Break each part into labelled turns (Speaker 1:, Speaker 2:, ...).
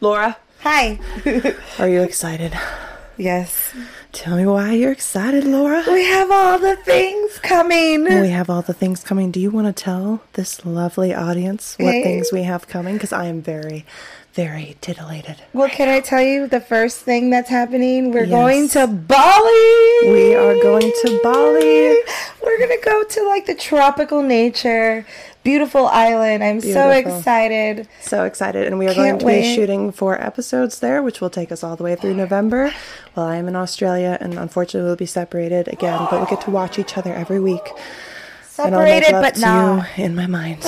Speaker 1: Laura,
Speaker 2: Hi.
Speaker 1: are you excited?
Speaker 2: yes.
Speaker 1: Tell me why you're excited, Laura.
Speaker 2: We have all the things coming.
Speaker 1: We have all the things coming. Do you want to tell this lovely audience what
Speaker 2: Hey.
Speaker 1: things we have coming? Because I am very, very titillated.
Speaker 2: Well, can I tell you the first thing that's happening? We're
Speaker 1: Yes.
Speaker 2: going to Bali.
Speaker 1: We are going to Bali.
Speaker 2: We're going to go to like the tropical nature, beautiful island. I'm so
Speaker 1: Beautiful.
Speaker 2: excited.
Speaker 1: So excited. And we are going
Speaker 2: Can't
Speaker 1: to be
Speaker 2: wait.
Speaker 1: shooting four episodes there, which will take us all the way through November. Well, I am in Australia, and unfortunately, we'll be separated again, but we get to watch each other every week. And I'll make
Speaker 2: Separated,
Speaker 1: love
Speaker 2: but
Speaker 1: to
Speaker 2: not.
Speaker 1: you in my mind.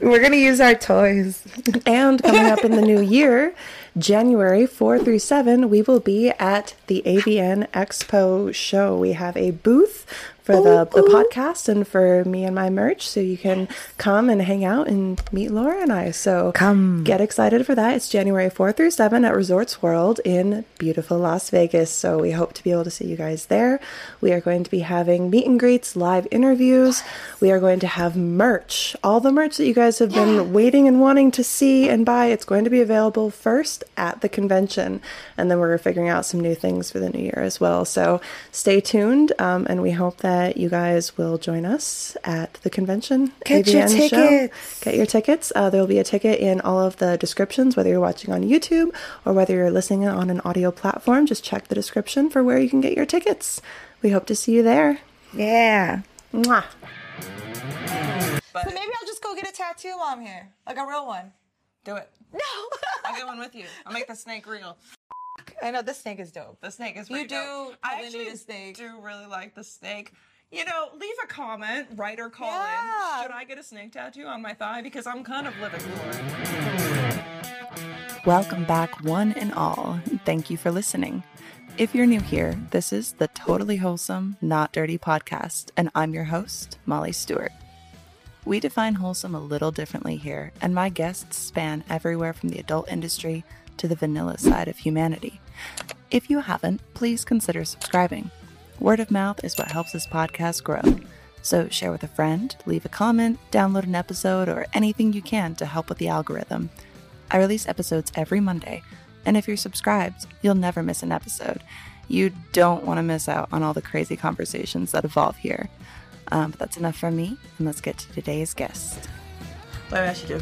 Speaker 2: We're going to use our toys.
Speaker 1: And coming up in the new year, January 4 through 7, we will be at the AVN Expo show. We have a booth for the, the podcast and for me and my merch. So you can come and hang out and meet Laura and I. So come get excited for that. It's January 4 through 7 at Resorts World in beautiful Las Vegas. So we hope to be able to see you guys there. We are going to be having meet and greets, live interviews. We are going to have merch. All the merch that you guys have been waiting and wanting to see and buy, it's going to be available first at the convention. And then we're figuring out some new things for the new year as well. So stay tuned. Um, and we hope that you guys will join us at the convention.
Speaker 2: Get your
Speaker 1: AVN show.
Speaker 2: tickets.
Speaker 1: Get your tickets. Uh, there will be a ticket in all of the descriptions, whether you're watching on YouTube or whether you're listening on an audio platform. Just check the description for where you can get your tickets. We hope to see you there.
Speaker 2: Yeah.
Speaker 1: Mwah.
Speaker 3: So maybe I'll just go get a tattoo while I'm here, like a real one. Do it. No. I'll get one with you. I'll make the snake real.
Speaker 2: I know this snake is dope.
Speaker 3: The snake is
Speaker 2: You
Speaker 3: pretty dope.
Speaker 2: do
Speaker 3: I
Speaker 2: probably need
Speaker 3: actually
Speaker 2: a snake.
Speaker 3: do really like the snake. You know, leave a comment, write or call
Speaker 2: Yeah.
Speaker 3: in. Should I get a snake tattoo on my thigh? Because I'm kind of living for it.
Speaker 4: Welcome back, one and all. Thank you for listening. If you're new here, this is the Totally Wholesome, Not Dirty podcast, and I'm your host, Molly Stewart. We define wholesome a little differently here, and my guests span everywhere from the adult industry to the vanilla side of humanity. If you haven't, please consider subscribing. Word of mouth is what helps this podcast grow. So share with a friend, leave a comment, download an episode, or anything you can to help with the algorithm. I release episodes every Monday, and if you're subscribed, you'll never miss an episode. You don't want to miss out on all the crazy conversations that evolve here. Um, but that's enough from me, and let's get to today's guest.
Speaker 3: What did I should do?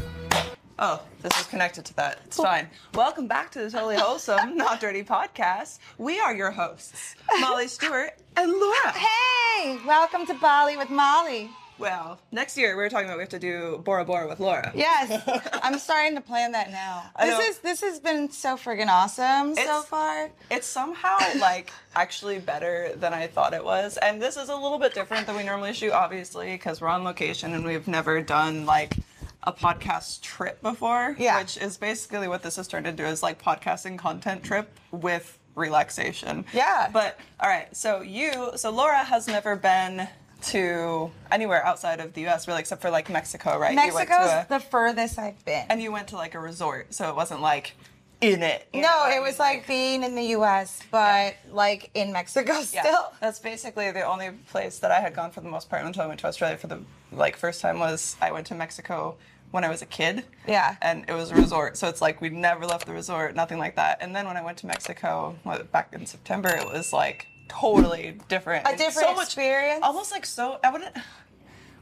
Speaker 3: Oh, this is connected to that. It's fine. Welcome back to the Totally Wholesome, Not Dirty podcast. We are your hosts, Molly Stewart and Laura.
Speaker 2: Hey, welcome to Bali with Molly.
Speaker 3: Well, next year we were talking about we have to do Bora Bora with Laura.
Speaker 2: Yes, I'm starting to plan that now.
Speaker 3: I know.
Speaker 2: This is this has been so friggin' awesome so
Speaker 3: It's-
Speaker 2: far.
Speaker 3: It's somehow like actually better than I thought it was. And this is a little bit different than we normally shoot, obviously, because we're on location and we've never done like a podcast trip before.
Speaker 2: Yeah.
Speaker 3: Which is basically what this has turned into is like podcasting content trip with relaxation.
Speaker 2: Yeah.
Speaker 3: But all right, so you so Laura has never been to anywhere outside of the US really except for like Mexico, right? You went to uh,
Speaker 2: Mexico's
Speaker 3: a-
Speaker 2: the furthest I've been.
Speaker 3: and you went to like a resort, so it wasn't like in it. you know
Speaker 2: no,
Speaker 3: what I
Speaker 2: it
Speaker 3: mean?
Speaker 2: was like being in the U.S., but like in Mexico
Speaker 3: Yeah,
Speaker 2: still.
Speaker 3: that's basically the only place that I had gone for the most part until I went to Australia for the like first time was I went to Mexico when I was a kid.
Speaker 2: Yeah.
Speaker 3: And it was a resort, so it's like we never left the resort, nothing like that. And then when I went to Mexico what, back in September, it was like totally different.
Speaker 2: A
Speaker 3: and
Speaker 2: different
Speaker 3: so much-
Speaker 2: experience.
Speaker 3: almost like so. I wouldn't.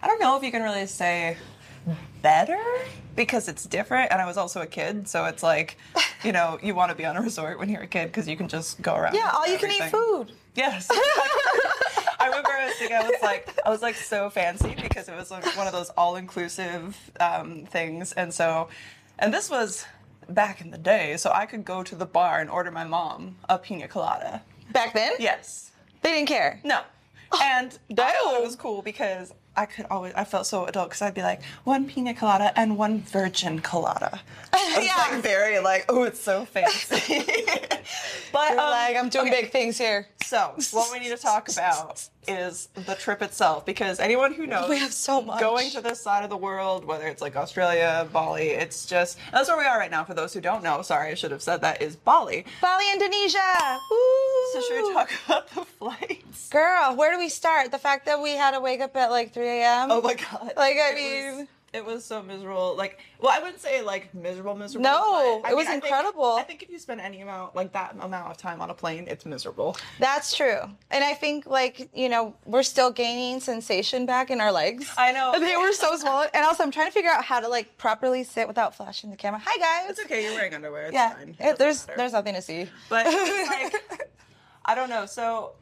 Speaker 3: I don't know if you can really say better because it's different and i was also a kid so it's like you know you want to be on a resort when you're a kid because you can just go around
Speaker 2: yeah,
Speaker 3: and
Speaker 2: all
Speaker 3: do
Speaker 2: you can eat
Speaker 3: everything.
Speaker 2: food.
Speaker 3: Yes. I remember I was thinking I was like I was like so fancy because it was like one of those all inclusive um, things, and so, and this was back in the day, so I could go to the bar and order my mom a pina colada.
Speaker 2: Back then,
Speaker 3: Yes.
Speaker 2: they didn't care.
Speaker 3: No. And I thought it was cool because I could always I felt so adult because I'd be like one pina colada and one virgin colada. I was
Speaker 2: Yeah.
Speaker 3: like very like oh it's so fancy. but um,
Speaker 2: like I'm doing
Speaker 3: okay.
Speaker 2: big things here.
Speaker 3: So, what we need to talk about is the trip itself because anyone who knows
Speaker 2: We have so much.
Speaker 3: going to this side of the world, whether it's like Australia, Bali, it's just that's where we are right now. For those who don't know, sorry, I should have said that is Bali.
Speaker 2: Bali, Indonesia. Ooh.
Speaker 3: So, should we talk about the flights?
Speaker 2: Girl, where do we start? The fact that we had to wake up at like 3 a.m.
Speaker 3: Oh my god,
Speaker 2: Like I
Speaker 3: It was-
Speaker 2: mean,
Speaker 3: It was so miserable. Like, well, I wouldn't say like miserable, miserable.
Speaker 2: No,
Speaker 3: but I
Speaker 2: it was
Speaker 3: think- I think-
Speaker 2: incredible.
Speaker 3: I think if you spend any amount, like that amount of time on a plane, it's miserable.
Speaker 2: That's true. And I think, like, you know, we're still gaining sensation back in our legs.
Speaker 3: I know.
Speaker 2: They were so small. And also, I'm trying to figure out how to, like, properly sit without flashing the camera. Hi, guys.
Speaker 3: It's okay. You're wearing underwear. It's
Speaker 2: yeah.
Speaker 3: fine.
Speaker 2: it-
Speaker 3: It doesn't
Speaker 2: there's,
Speaker 3: matter.
Speaker 2: there's nothing to see.
Speaker 3: but it's like I don't know. So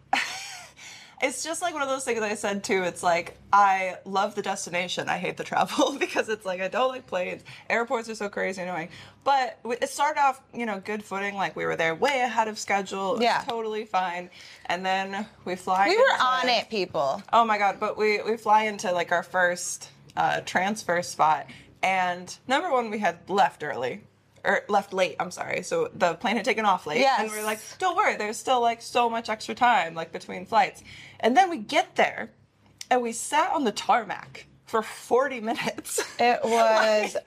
Speaker 3: it's just like one of those things I said too. It's like I love the destination, I hate the travel because it's like I don't like planes. Airports are so crazy annoying. But we- it started off, you know, good footing. Like we were there way ahead of schedule. It was
Speaker 2: Yeah.
Speaker 3: totally fine. And then we fly.
Speaker 2: we were
Speaker 3: into-
Speaker 2: on it, people.
Speaker 3: Oh my god! But we we fly into like our first uh, transfer spot, and number one, we had left early. Or left late, I'm sorry. So the plane had taken off late. And we were
Speaker 2: Yes.
Speaker 3: like, don't worry, there's still like so much extra time, like between flights. And then we get there and we sat on the tarmac for 40 minutes.
Speaker 2: It was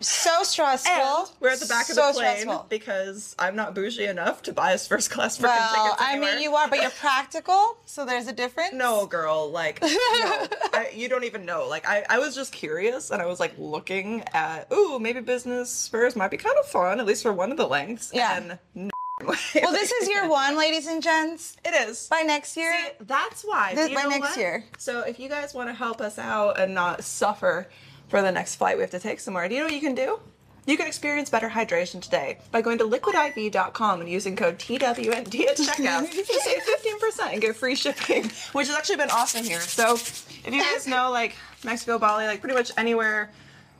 Speaker 2: so stressful.
Speaker 3: And we're at the back of
Speaker 2: So
Speaker 3: the plane
Speaker 2: stressful.
Speaker 3: because I'm not bougie enough to buy us first class freaking
Speaker 2: Well,
Speaker 3: tickets.
Speaker 2: I
Speaker 3: anywhere.
Speaker 2: mean, you are, but you're practical, so there's a difference.
Speaker 3: No, girl, like, no. I, you don't even know. Like, I, I was just curious and I was like looking at, ooh, maybe business furs might be kind of fun, at least for one of the lengths.
Speaker 2: Yeah.
Speaker 3: And no
Speaker 2: Well, this is year one, ladies and gents.
Speaker 3: It is.
Speaker 2: By next year,
Speaker 3: See, that's why.
Speaker 2: This-
Speaker 3: you
Speaker 2: by
Speaker 3: know
Speaker 2: next
Speaker 3: what?
Speaker 2: year.
Speaker 3: So if you guys want to help us out and not suffer for the next flight we have to take somewhere, do you know what you can do? You can experience better hydration today by going to liquidiv.com and using code TWND at checkout to save 15% and get free shipping, which has actually been awesome here. So if you guys know, like, Mexico, Bali, like, pretty much anywhere,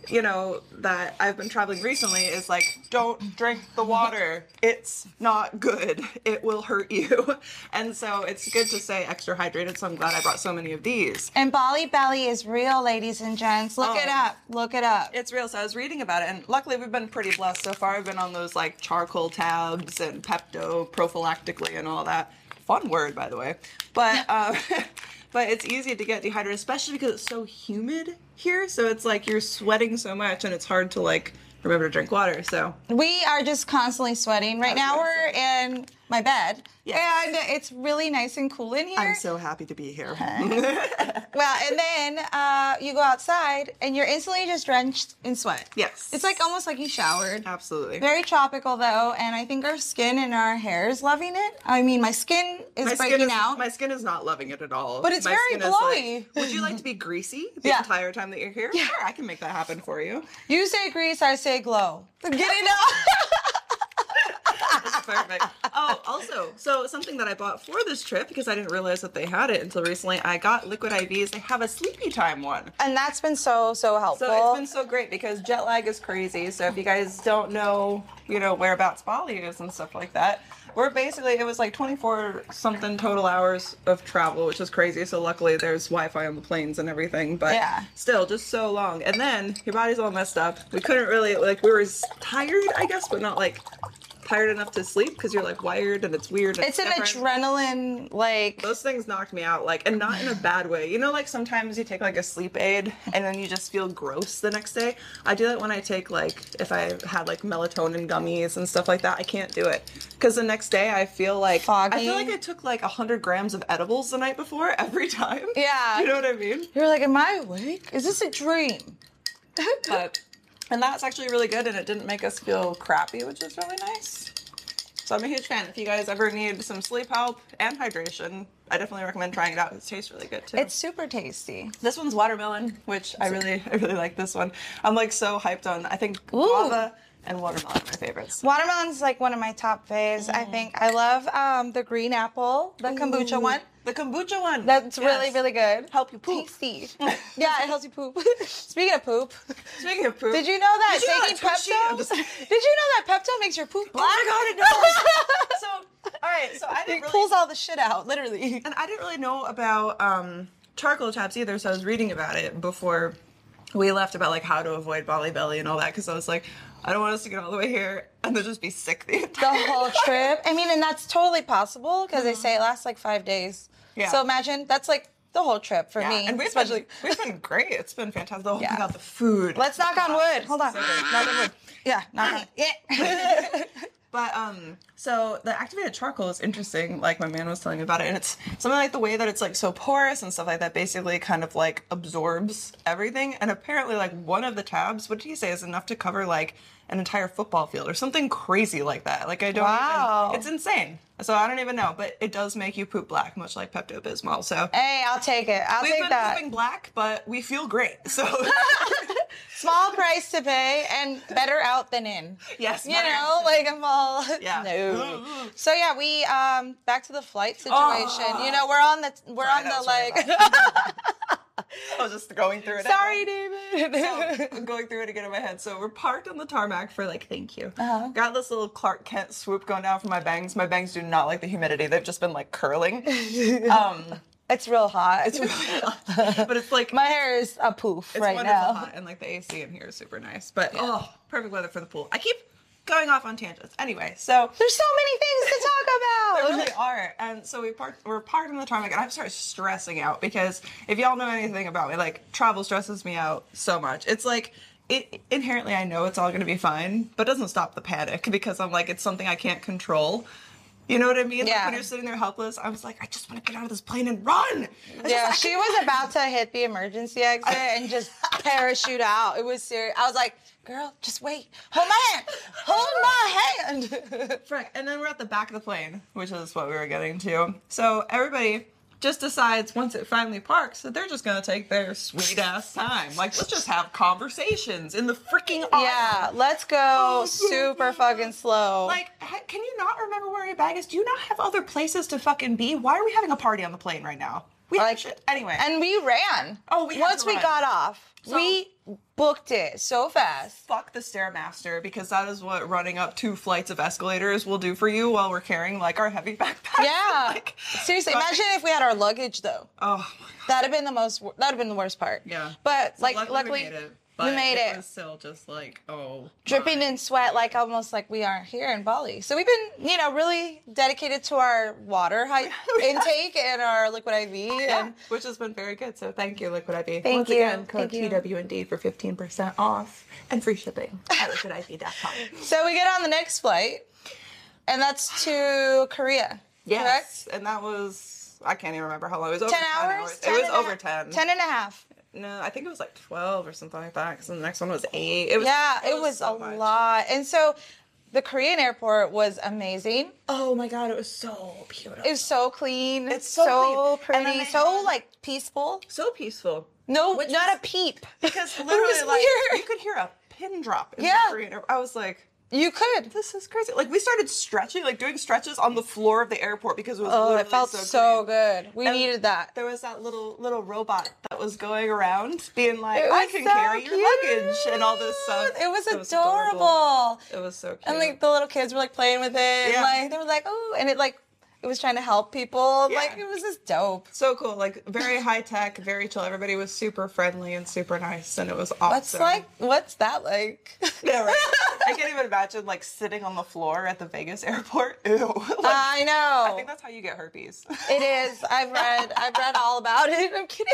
Speaker 3: you know, that I've been traveling recently is like, don't drink the water. It's not good. It will hurt you. And so it's good to stay extra hydrated. So I'm glad I brought so many of these.
Speaker 2: And Bali Belly is real, ladies and gents. Look it
Speaker 3: Oh.
Speaker 2: up. Look it up.
Speaker 3: It's real. So I was reading about it, and luckily we've been pretty blessed so far. I've been on those like charcoal tabs and Pepto prophylactically and all that. Fun word, by the way. But um, but it's easy to get dehydrated, especially because it's so humid here. So it's like you're sweating so much, and it's hard to like remember to drink water. So
Speaker 2: We are just constantly sweating. Right now, we're in my bed.
Speaker 3: Yes.
Speaker 2: And it's really nice and cool in here.
Speaker 3: I'm so happy to be here.
Speaker 2: well, and then uh, you go outside and you're instantly just drenched in sweat.
Speaker 3: Yes.
Speaker 2: It's like almost like you showered.
Speaker 3: Absolutely.
Speaker 2: Very tropical though, and I think our skin and our hair is loving it. I mean, my skin is
Speaker 3: my
Speaker 2: breaking
Speaker 3: skin is,
Speaker 2: out.
Speaker 3: My skin is not loving it at all.
Speaker 2: But it's
Speaker 3: my
Speaker 2: very
Speaker 3: skin is like,
Speaker 2: glowy.
Speaker 3: Would you like to be greasy the
Speaker 2: Yeah.
Speaker 3: entire time that you're here? Sure, I can make that happen for you.
Speaker 2: you say grease, I say glow. Get it out.
Speaker 3: Perfect. Oh, also, so something that I bought for this trip because I didn't realize that they had it until recently. I got Liquid IVs. They have a sleepy time one.
Speaker 2: and that's been so so helpful.
Speaker 3: So it's been so great because jet lag is crazy. So if you guys don't know, you know, whereabouts Bali is and stuff like that, we're basically, it was like 24 something total hours of travel, which is crazy. So luckily there's Wi Fi on the planes and everything, but
Speaker 2: Yeah.
Speaker 3: still just so long. And then your body's all messed up. We couldn't really, like, we were s- tired, I guess, but not like tired enough to sleep because you're like wired and it's weird. and
Speaker 2: It's an
Speaker 3: different
Speaker 2: adrenaline like
Speaker 3: those things knocked me out like and not in a bad way you know like sometimes you take like a sleep aid and then you just feel gross the next day i do that when i take like if i had like melatonin gummies and stuff like that i can't do it because the next day i feel like i
Speaker 2: Foggy.
Speaker 3: feel like i took like 100 grams of edibles the night before every time
Speaker 2: Yeah.
Speaker 3: you know what i mean
Speaker 2: You're like, am I awake? Is this a dream?
Speaker 3: but and that's actually really good and it didn't make us feel crappy which is really nice so i'm a huge fan if you guys ever need some sleep help and hydration i definitely recommend trying it out it tastes really good too
Speaker 2: It's super tasty.
Speaker 3: This one's watermelon, which I really, I really like this one. I'm like so hyped on. I think
Speaker 2: Ooh.
Speaker 3: guava and watermelon are my favorites.
Speaker 2: Watermelon's like one of my top faves.
Speaker 3: Mm.
Speaker 2: I think I love um, the green apple, the kombucha one.
Speaker 3: The kombucha one.
Speaker 2: That's
Speaker 3: Yes.
Speaker 2: really really good.
Speaker 3: Help you poop.
Speaker 2: Tasty. yeah, it helps you poop. Speaking of poop,
Speaker 3: Speaking of poop,
Speaker 2: did you know that
Speaker 3: Did you know
Speaker 2: taking
Speaker 3: that Tushy- I'm
Speaker 2: Pepto?
Speaker 3: just-
Speaker 2: Did you know that Pepto makes your poop black?
Speaker 3: Oh my god, no! so, all right, so I
Speaker 2: It
Speaker 3: didn't really
Speaker 2: pulls all the shit out, literally.
Speaker 3: and I didn't really know about um, charcoal tabs either, so I was reading about it before we left about like how to avoid Bali belly and all that because I was like, I don't want us to get all the way here and then just be sick the
Speaker 2: the
Speaker 3: entire
Speaker 2: whole trip. I mean, and that's totally possible because they say it lasts like five days.
Speaker 3: Mm-hmm. Yeah.
Speaker 2: So imagine that's like the whole trip for
Speaker 3: Yeah,
Speaker 2: me,
Speaker 3: and we've
Speaker 2: especially.
Speaker 3: been, we've been great. It's been fantastic. Oh
Speaker 2: Yeah.
Speaker 3: my god, the food.
Speaker 2: Let's knock on wood. Hold on.
Speaker 3: So good. Knock on wood.
Speaker 2: Yeah, knock on. Yeah.
Speaker 3: But um, so the activated charcoal is interesting. Like my man was telling me about it, and it's something like the way that it's like so porous and stuff like that. Basically, kind of like absorbs everything. And apparently, like one of the tabs, what did he say, is enough to cover like an entire football field or something crazy like that. Like I don't.
Speaker 2: Wow.
Speaker 3: Even, it's insane. So I don't even know, but it does make you poop black, much like Pepto Bismol. So
Speaker 2: Hey, I'll take it. I'll
Speaker 3: we've
Speaker 2: take
Speaker 3: been
Speaker 2: that.
Speaker 3: pooping black, but we feel great. So
Speaker 2: Small price to pay and better out than in.
Speaker 3: yes,
Speaker 2: You
Speaker 3: my-
Speaker 2: know, like I'm all
Speaker 3: Yeah.
Speaker 2: no. So yeah, we um back to the flight situation. You know, we're on the we're
Speaker 3: Oh.
Speaker 2: on
Speaker 3: Sorry, that
Speaker 2: the
Speaker 3: was really
Speaker 2: like
Speaker 3: I was just going through it.
Speaker 2: Sorry, David.
Speaker 3: So, Oh, I'm going through it again in my head. So we're parked on the tarmac for like, thank you.
Speaker 2: Uh-huh.
Speaker 3: Got this little Clark Kent swoop going down for my bangs. My bangs do not like the humidity. They've just been like curling. Um,
Speaker 2: It's real hot.
Speaker 3: but it's like
Speaker 2: My hair is a poof
Speaker 3: it's
Speaker 2: right
Speaker 3: wonderful
Speaker 2: now.
Speaker 3: hot, and like the AC in here is super nice. But oh, perfect weather for the pool. I keep going off on tangents. Anyway, so
Speaker 2: There's so many things to talk about.
Speaker 3: They really are. And so we parked, we're parked in the tarmac, and I've started stressing out because if y'all know anything about me, like travel stresses me out so much. It's like it inherently I know it's all going to be fine, but it doesn't stop the panic because I'm like it's something I can't control. You know what I mean? Like
Speaker 2: Yeah.
Speaker 3: when you're sitting there helpless, I was like, I just want to get out of this plane and run. I
Speaker 2: Yeah,
Speaker 3: just-
Speaker 2: she was about to hit the emergency exit and just parachute out. It was serious. I was like, girl, just wait. Hold my hand. Hold my hand.
Speaker 3: Frick. And then we're at the back of the plane, which is what we were getting to. So everybody just decides once it finally parks that they're just gonna take their sweet ass time. Like, let's just have conversations in the freaking aisle.
Speaker 2: Yeah, let's go super fucking slow.
Speaker 3: Oh, Like, heck, can you not remember where your bag is? Do you not have other places to fucking be? Why are we having a party on the plane right now? We
Speaker 2: Like-
Speaker 3: like, shit. Anyway.
Speaker 2: and we ran.
Speaker 3: Oh, we had
Speaker 2: once
Speaker 3: to
Speaker 2: we
Speaker 3: run.
Speaker 2: got off, we booked it so fast.
Speaker 3: fuck the stairmaster because that is what running up two flights of escalators will do for you while we're carrying like our heavy backpacks.
Speaker 2: Yeah.
Speaker 3: Like,
Speaker 2: Seriously, imagine if we had our luggage though.
Speaker 3: oh my
Speaker 2: That'd have been the most. That'd have been the worst part.
Speaker 3: Yeah.
Speaker 2: But like,
Speaker 3: Luckily,
Speaker 2: luckily,
Speaker 3: we made it.
Speaker 2: we
Speaker 3: But
Speaker 2: made it.
Speaker 3: was still just like, oh,
Speaker 2: dripping in sweat, like almost like we are here in Bali. So we've been, you know, really dedicated to our water hy- intake and our liquid IV.
Speaker 3: yeah,
Speaker 2: And
Speaker 3: which has been very good. So thank you, Liquid IV.
Speaker 2: Thank
Speaker 3: Once
Speaker 2: you.
Speaker 3: again, code
Speaker 2: Thank you.
Speaker 3: TWND for fifteen percent off and free shipping at liquidiv.com.
Speaker 2: so we get on the next flight, and that's to Korea.
Speaker 3: yes, and that was I can't even remember how long it was. Over
Speaker 2: Correct? 10 hours?
Speaker 3: It was
Speaker 2: and a
Speaker 3: over
Speaker 2: half-
Speaker 3: ten.
Speaker 2: 10 and a half.
Speaker 3: No, I think it was like twelve or something like that. Because the next one was eight. It was,
Speaker 2: Yeah, it, was,
Speaker 3: so
Speaker 2: a
Speaker 3: much.
Speaker 2: lot. And so the Korean airport was amazing.
Speaker 3: Oh my god, it was so beautiful.
Speaker 2: It was so clean.
Speaker 3: It's so clean. And then
Speaker 2: pretty.
Speaker 3: they
Speaker 2: So
Speaker 3: had-
Speaker 2: like peaceful.
Speaker 3: so peaceful.
Speaker 2: No,
Speaker 3: Which
Speaker 2: not
Speaker 3: was-
Speaker 2: a peep.
Speaker 3: Because
Speaker 2: It was
Speaker 3: literally, like
Speaker 2: weird.
Speaker 3: you could hear a pin drop in
Speaker 2: Yeah.
Speaker 3: the Korean. air- I was like.
Speaker 2: You could.
Speaker 3: this is crazy. Like we started stretching, like doing stretches on the floor of the airport because it was.
Speaker 2: Oh, it
Speaker 3: literally
Speaker 2: felt so,
Speaker 3: so, clean.
Speaker 2: good. We
Speaker 3: And
Speaker 2: needed that.
Speaker 3: There was that little little robot that was going around, being like,
Speaker 2: It
Speaker 3: "I
Speaker 2: was
Speaker 3: can
Speaker 2: so
Speaker 3: carry your luggage"
Speaker 2: cute.
Speaker 3: and all this stuff.
Speaker 2: It was adorable.
Speaker 3: It was so cute.
Speaker 2: And like the little kids were like playing with it. And,
Speaker 3: Yeah.
Speaker 2: like they were like, oh, and it like it was trying to help people.
Speaker 3: Yeah.
Speaker 2: Like it was just dope.
Speaker 3: so cool, like very high tech, very chill. Everybody was super friendly and super nice, and it was awesome.
Speaker 2: What's like what's that like?
Speaker 3: Yeah, right? I can't even imagine like sitting on the floor at the Vegas airport. Ew. Like,
Speaker 2: I know.
Speaker 3: I think that's how you get herpes.
Speaker 2: it is. I've read I've read all about it. I'm kidding.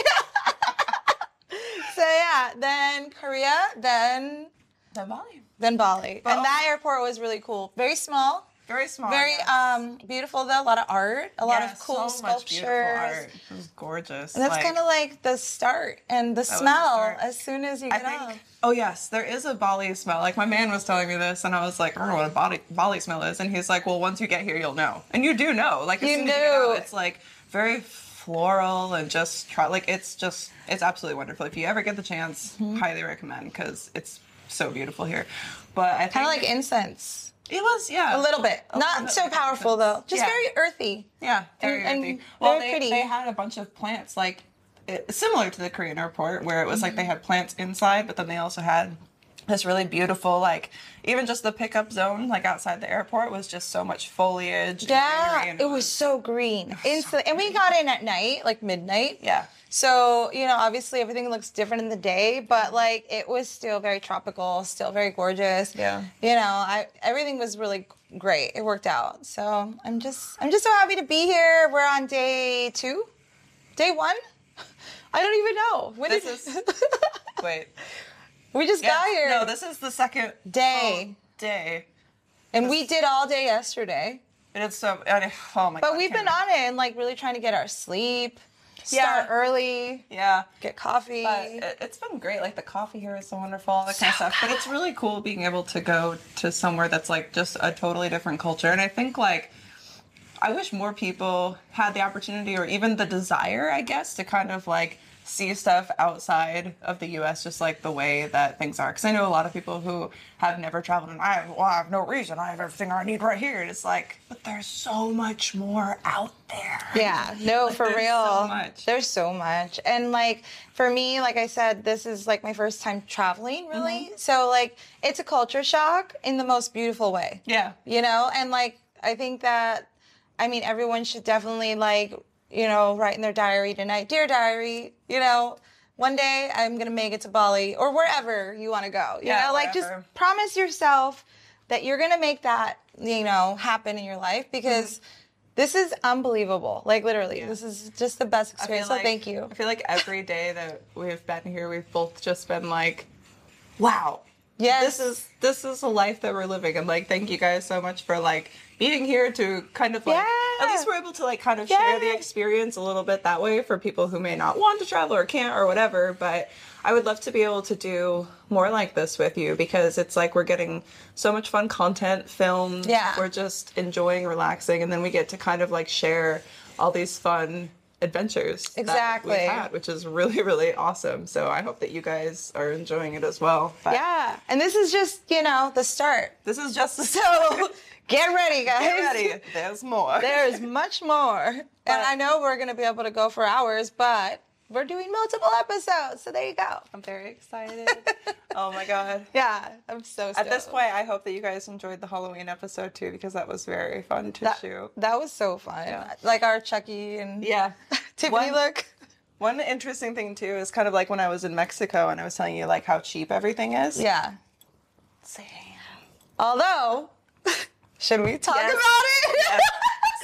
Speaker 2: so yeah, then Korea, then
Speaker 3: the volume.
Speaker 2: then Bali.
Speaker 3: But-
Speaker 2: and that airport was really cool. Very small.
Speaker 3: Very small.
Speaker 2: Very
Speaker 3: yeah.
Speaker 2: um beautiful though, a lot of art, a lot
Speaker 3: Oh, Yeah,
Speaker 2: of cool
Speaker 3: so much
Speaker 2: sculptures.
Speaker 3: beautiful art. It was gorgeous.
Speaker 2: And that's
Speaker 3: like-
Speaker 2: kind of like the start and the
Speaker 3: the
Speaker 2: smell
Speaker 3: start.
Speaker 2: as soon as you
Speaker 3: I
Speaker 2: get off.
Speaker 3: think. Oh yes, there is a Bali smell. Like my man was telling me this, and I was like, I don't know what a Bali, Bali smell is, and he's like, Well, once you get here, you'll know, and you do know. Like as
Speaker 2: You
Speaker 3: soon as you get
Speaker 2: knew.
Speaker 3: out, it's like very floral and just try. Like it's just it's absolutely wonderful. If you ever get the chance,
Speaker 2: Mm-hmm.
Speaker 3: highly recommend because it's so beautiful here. But I think
Speaker 2: Kind of like incense,
Speaker 3: it was yeah
Speaker 2: a little bit.
Speaker 3: little
Speaker 2: Not
Speaker 3: bit
Speaker 2: so
Speaker 3: like
Speaker 2: powerful though.
Speaker 3: incense.
Speaker 2: Just
Speaker 3: Yeah.
Speaker 2: very earthy.
Speaker 3: Yeah, very
Speaker 2: and
Speaker 3: earthy. Well,
Speaker 2: very
Speaker 3: they,
Speaker 2: pretty.
Speaker 3: they had a bunch of plants, like it, similar to the Korean airport, where it was like they
Speaker 2: Mm-hmm.
Speaker 3: had plants inside, but then they also had this really beautiful, like even just the pickup zone, like outside the airport, was just so much foliage. and greenery,
Speaker 2: Yeah,
Speaker 3: and
Speaker 2: it was so green. Instant. And we got in at night, like midnight.
Speaker 3: Yeah.
Speaker 2: So, you know, obviously everything looks different in the day, but like it was still very tropical, still very gorgeous.
Speaker 3: Yeah.
Speaker 2: You know, I everything was really great. It worked out. So, I'm just I'm just so happy to be here. We're on day 2. Day 1? I don't even know. When
Speaker 3: This
Speaker 2: did-
Speaker 3: is- Wait,
Speaker 2: We just
Speaker 3: yeah, Oh.
Speaker 2: got here.
Speaker 3: No, this is the second
Speaker 2: Day.
Speaker 3: full day
Speaker 2: And we did all day yesterday.
Speaker 3: And it's so, and, oh my God.
Speaker 2: But we've been on it and like really trying to get our sleep,
Speaker 3: Yeah.
Speaker 2: start early,
Speaker 3: Yeah.
Speaker 2: get coffee.
Speaker 3: But it- it's been great. Like the coffee here is so wonderful, all that kind of stuff. But it's really cool being able to go to somewhere that's like just a totally different culture. And I think like I wish more people had the opportunity or even the desire, I guess, to kind of like see stuff outside of the U.S. just like the way that things are. Because I know a lot of people who have never traveled and I have, well, I have no reason. I have everything I need right here. And it's like, but there's so much more out there.
Speaker 2: Yeah, no, for
Speaker 3: there's
Speaker 2: real.
Speaker 3: so much.
Speaker 2: There's so much. And like for me, like I said, this is like my first time traveling really.
Speaker 3: Mm-hmm.
Speaker 2: So like it's a culture shock in the most beautiful way.
Speaker 3: Yeah.
Speaker 2: You know, and like I think that I mean everyone should definitely like, you know, write in their diary tonight, dear diary, you know, one day I'm gonna make it to Bali or wherever you wanna go. You
Speaker 3: Yeah,
Speaker 2: know, like just
Speaker 3: wherever.
Speaker 2: promise yourself that you're gonna make that, you know, happen in your life because
Speaker 3: Mm-hmm.
Speaker 2: this is unbelievable. Like literally, this is just the best
Speaker 3: I feel
Speaker 2: experience. So
Speaker 3: like-
Speaker 2: thank you.
Speaker 3: I feel like every day that we've been here, we've both just been like, wow.
Speaker 2: Yes.
Speaker 3: This is this is the life that we're living, and like, thank you guys so much for like being here to kind of like
Speaker 2: Yeah.
Speaker 3: at least we're able to like kind of
Speaker 2: Yeah.
Speaker 3: share the experience a little bit that way for people who may not want to travel or can't or whatever. But I would love to be able to do more like this with you because it's like we're getting so much fun content filmed.
Speaker 2: Yeah.
Speaker 3: we're just enjoying, relaxing, and then we get to kind of like share all these fun adventures that we've
Speaker 2: Exactly.
Speaker 3: had, which is really really awesome. So I hope that you guys are enjoying it as well. But
Speaker 2: yeah. And this is just, you know, the start.
Speaker 3: this is just the
Speaker 2: So get ready, guys.
Speaker 3: Get ready. There's more.
Speaker 2: There's much more. and I know we're going to be able to go for hours, but we're doing multiple episodes. So there you go.
Speaker 3: I'm very excited. oh my god.
Speaker 2: Yeah. I'm so
Speaker 3: At this
Speaker 2: stoked.
Speaker 3: point, I hope that you guys enjoyed the Halloween episode too because that was very fun to
Speaker 2: that,
Speaker 3: shoot.
Speaker 2: that was so fun. Like our Chucky and
Speaker 3: Yeah.
Speaker 2: Tiffany
Speaker 3: One-
Speaker 2: look.
Speaker 3: One interesting thing too is kind of like when I was in Mexico and I was telling you like how cheap everything is.
Speaker 2: Yeah. Although, should we talk
Speaker 3: Yes.
Speaker 2: about it?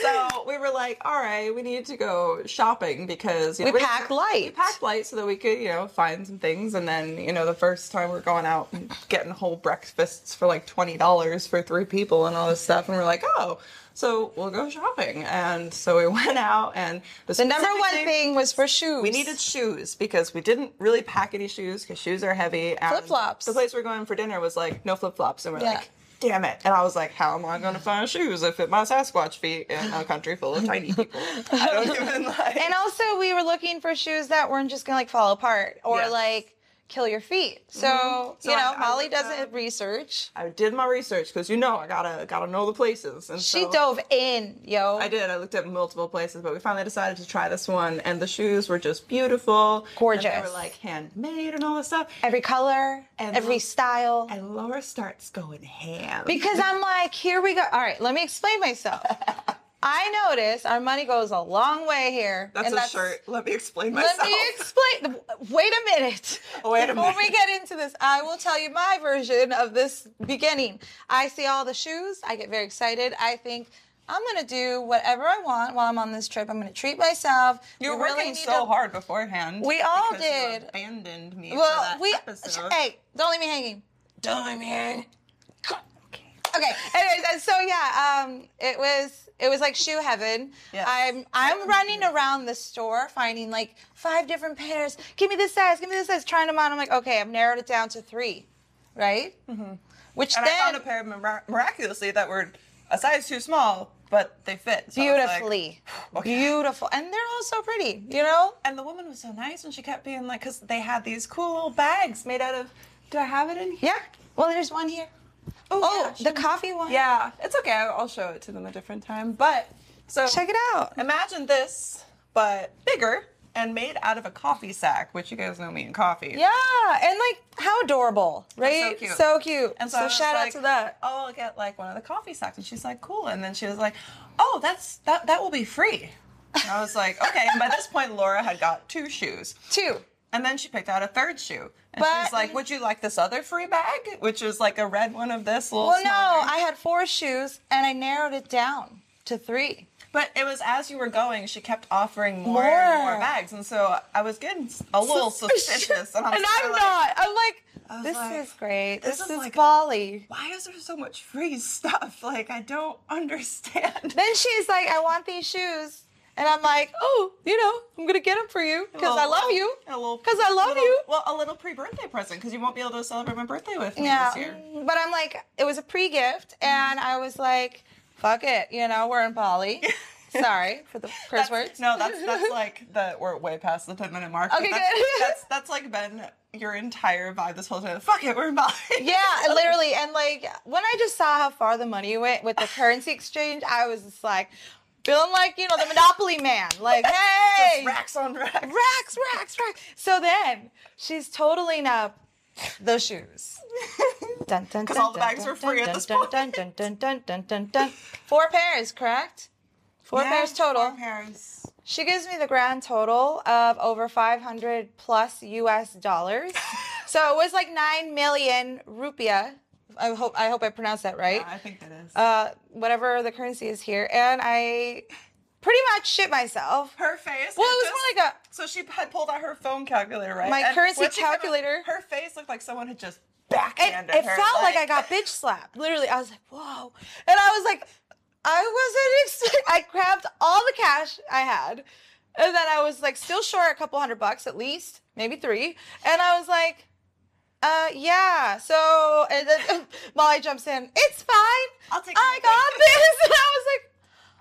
Speaker 3: So we were like, all right, we need to go shopping because you know,
Speaker 2: We
Speaker 3: we're-
Speaker 2: packed light.
Speaker 3: We packed light so that we could, you know, find some things. And then, you know, the first time we're going out and getting whole breakfasts for like twenty dollars for three people and all this stuff, and we're like, oh, so we'll go shopping. And so we went out, and
Speaker 2: The number one thing was for shoes.
Speaker 3: we needed shoes because we didn't really pack any shoes because shoes are heavy. and
Speaker 2: Flip-flops.
Speaker 3: The place we're going for dinner was like no flip flops, and we're
Speaker 2: Yeah.
Speaker 3: like, damn it. And I was like, how am I going to find shoes that fit my Sasquatch feet in a country full of tiny people? I don't even like.
Speaker 2: And also, we were looking for shoes that weren't just gonna like fall apart or
Speaker 3: Yes. Mm-hmm.
Speaker 2: like kill your feet. So,
Speaker 3: So
Speaker 2: you
Speaker 3: I-
Speaker 2: know,
Speaker 3: I
Speaker 2: Molly
Speaker 3: looked
Speaker 2: doesn't
Speaker 3: up-
Speaker 2: research.
Speaker 3: I did my research because you know I gotta gotta know the places. And
Speaker 2: She
Speaker 3: so
Speaker 2: dove in, yo.
Speaker 3: I did. I looked at multiple places, but we finally decided to try this one, and the shoes were just beautiful, and
Speaker 2: Gorgeous.
Speaker 3: they were like handmade and all this stuff.
Speaker 2: Every color,
Speaker 3: And-
Speaker 2: every style.
Speaker 3: And Laura starts going ham
Speaker 2: because I'm like, here we go. All right, let me explain myself. I notice our money goes a long way here.
Speaker 3: That's
Speaker 2: and
Speaker 3: a shirt. Let me explain myself.
Speaker 2: Let me explain. Wait a minute.
Speaker 3: Oh, Wait a
Speaker 2: Before we
Speaker 3: minute.
Speaker 2: get into this, I will tell you my version of this beginning. I see all the shoes. I get very excited. I think I'm gonna do whatever I want while I'm on this trip. I'm gonna treat myself.
Speaker 3: You were
Speaker 2: We really
Speaker 3: working
Speaker 2: need
Speaker 3: so
Speaker 2: to-
Speaker 3: hard beforehand.
Speaker 2: We all
Speaker 3: because you
Speaker 2: did.
Speaker 3: abandoned me. for
Speaker 2: Well,
Speaker 3: that
Speaker 2: we.
Speaker 3: Episode.
Speaker 2: Hey, don't leave me hanging.
Speaker 3: Don't man.
Speaker 2: Okay. Anyways, and so yeah, um, it was it was like shoe heaven.
Speaker 3: Yeah.
Speaker 2: I'm I'm running around the store finding like five different pairs. Give me this size. Give me this size. Trying them on. I'm like, okay, I've narrowed it down to three, right? Which
Speaker 3: Mm-hmm. And
Speaker 2: then
Speaker 3: I found a pair mir- miraculously that were a size too small, but they fit so I was like-
Speaker 2: beautifully,
Speaker 3: okay.
Speaker 2: beautiful, and they're all so pretty. You know.
Speaker 3: and the woman was so nice, and she kept being like, because they had these cool little bags made out of. Do I have it in here?
Speaker 2: Yeah. Well, there's one here. Oh,
Speaker 3: yeah,
Speaker 2: the coffee one.
Speaker 3: Yeah, it's okay. I- I'll show it to them a different time. But so
Speaker 2: Check it out.
Speaker 3: Imagine this, but bigger and made out of a coffee sack, which you guys know me and coffee.
Speaker 2: Yeah, and like how adorable, right?
Speaker 3: so cute.
Speaker 2: cute.
Speaker 3: And so, I was
Speaker 2: shout out
Speaker 3: like,
Speaker 2: to that.
Speaker 3: Oh, I'll get like one of the coffee sacks, and she's like, cool. And then she was like, oh, that's that that will be free. And I was like, okay. And by this point, Laura had got two shoes,
Speaker 2: Two.
Speaker 3: and then she picked out a third shoe, and
Speaker 2: But-
Speaker 3: she's like, would you like this other free bag, which is like a red one of this little.
Speaker 2: Well, no,
Speaker 3: smaller-
Speaker 2: I had four shoes and I narrowed it down. to three.
Speaker 3: But it was as you were going, she kept offering more, and
Speaker 2: More.
Speaker 3: more bags, and so I was getting a little suspicious. And I'm,
Speaker 2: And
Speaker 3: kinda
Speaker 2: I'm
Speaker 3: like,
Speaker 2: not. I'm like,
Speaker 3: was
Speaker 2: this
Speaker 3: like,
Speaker 2: is great.
Speaker 3: this
Speaker 2: This,
Speaker 3: is
Speaker 2: is
Speaker 3: like-
Speaker 2: Bali.
Speaker 3: Why is there so much free stuff? Like I don't understand.
Speaker 2: Then she's like, I want these shoes. And I'm like, oh, you know, I'm going to get them for you because I
Speaker 3: Well,
Speaker 2: love you.
Speaker 3: a little-
Speaker 2: Because I love
Speaker 3: little-
Speaker 2: you.
Speaker 3: Well, a little pre-birthday present because you won't be able to celebrate my birthday with me
Speaker 2: Yeah.
Speaker 3: this year. Mm-hmm.
Speaker 2: But I'm like, it was a pre gift. And I was like, fuck it. You know, we're in Bali. Sorry for the curse words.
Speaker 3: No, that's that's like the we're way past the ten minute mark.
Speaker 2: Okay,
Speaker 3: that's,
Speaker 2: good.
Speaker 3: That's that's like been your entire vibe this whole time. Fuck it, we're in Bali.
Speaker 2: Yeah, literally. And like when I just saw how far the money went with the currency exchange, I was just like feeling like, you know, the Monopoly man. Like, hey,
Speaker 3: Just racks on racks.
Speaker 2: racks, racks, racks. So then she's totaling up those shoes. Dun, dun,
Speaker 3: 'Cause
Speaker 2: dun,
Speaker 3: all the
Speaker 2: dun,
Speaker 3: bags
Speaker 2: dun,
Speaker 3: were free
Speaker 2: dun,
Speaker 3: at this
Speaker 2: dun,
Speaker 3: point.
Speaker 2: Dun, dun, dun, dun, dun, dun, dun. Four pairs, correct? Four
Speaker 3: Yeah,
Speaker 2: pairs total.
Speaker 3: Four pairs.
Speaker 2: She gives me the grand total of over 500 plus US dollars. so it was like 9 million rupiah. I hope I hope I pronounced that right.
Speaker 3: I think that is
Speaker 2: Uh, whatever the currency is here and I pretty much shit myself.
Speaker 3: her face.
Speaker 2: Well, it was more like a
Speaker 3: So she had pulled out her phone calculator, right?
Speaker 2: My currency
Speaker 3: when she came out,
Speaker 2: calculator.
Speaker 3: her face looked like someone had just
Speaker 2: it,
Speaker 3: backhanded
Speaker 2: it
Speaker 3: her.
Speaker 2: felt like I got bitch slapped. Literally, I was like, "Whoa!" And I was like, "I wasn't expect." I grabbed all the cash I had, and then I was like, still short a couple hundred bucks at least, maybe three. And I was like, "Uh, yeah." So and then Molly jumps in. It's fine.
Speaker 3: I'll take
Speaker 2: I
Speaker 3: it.
Speaker 2: got this. And I was like,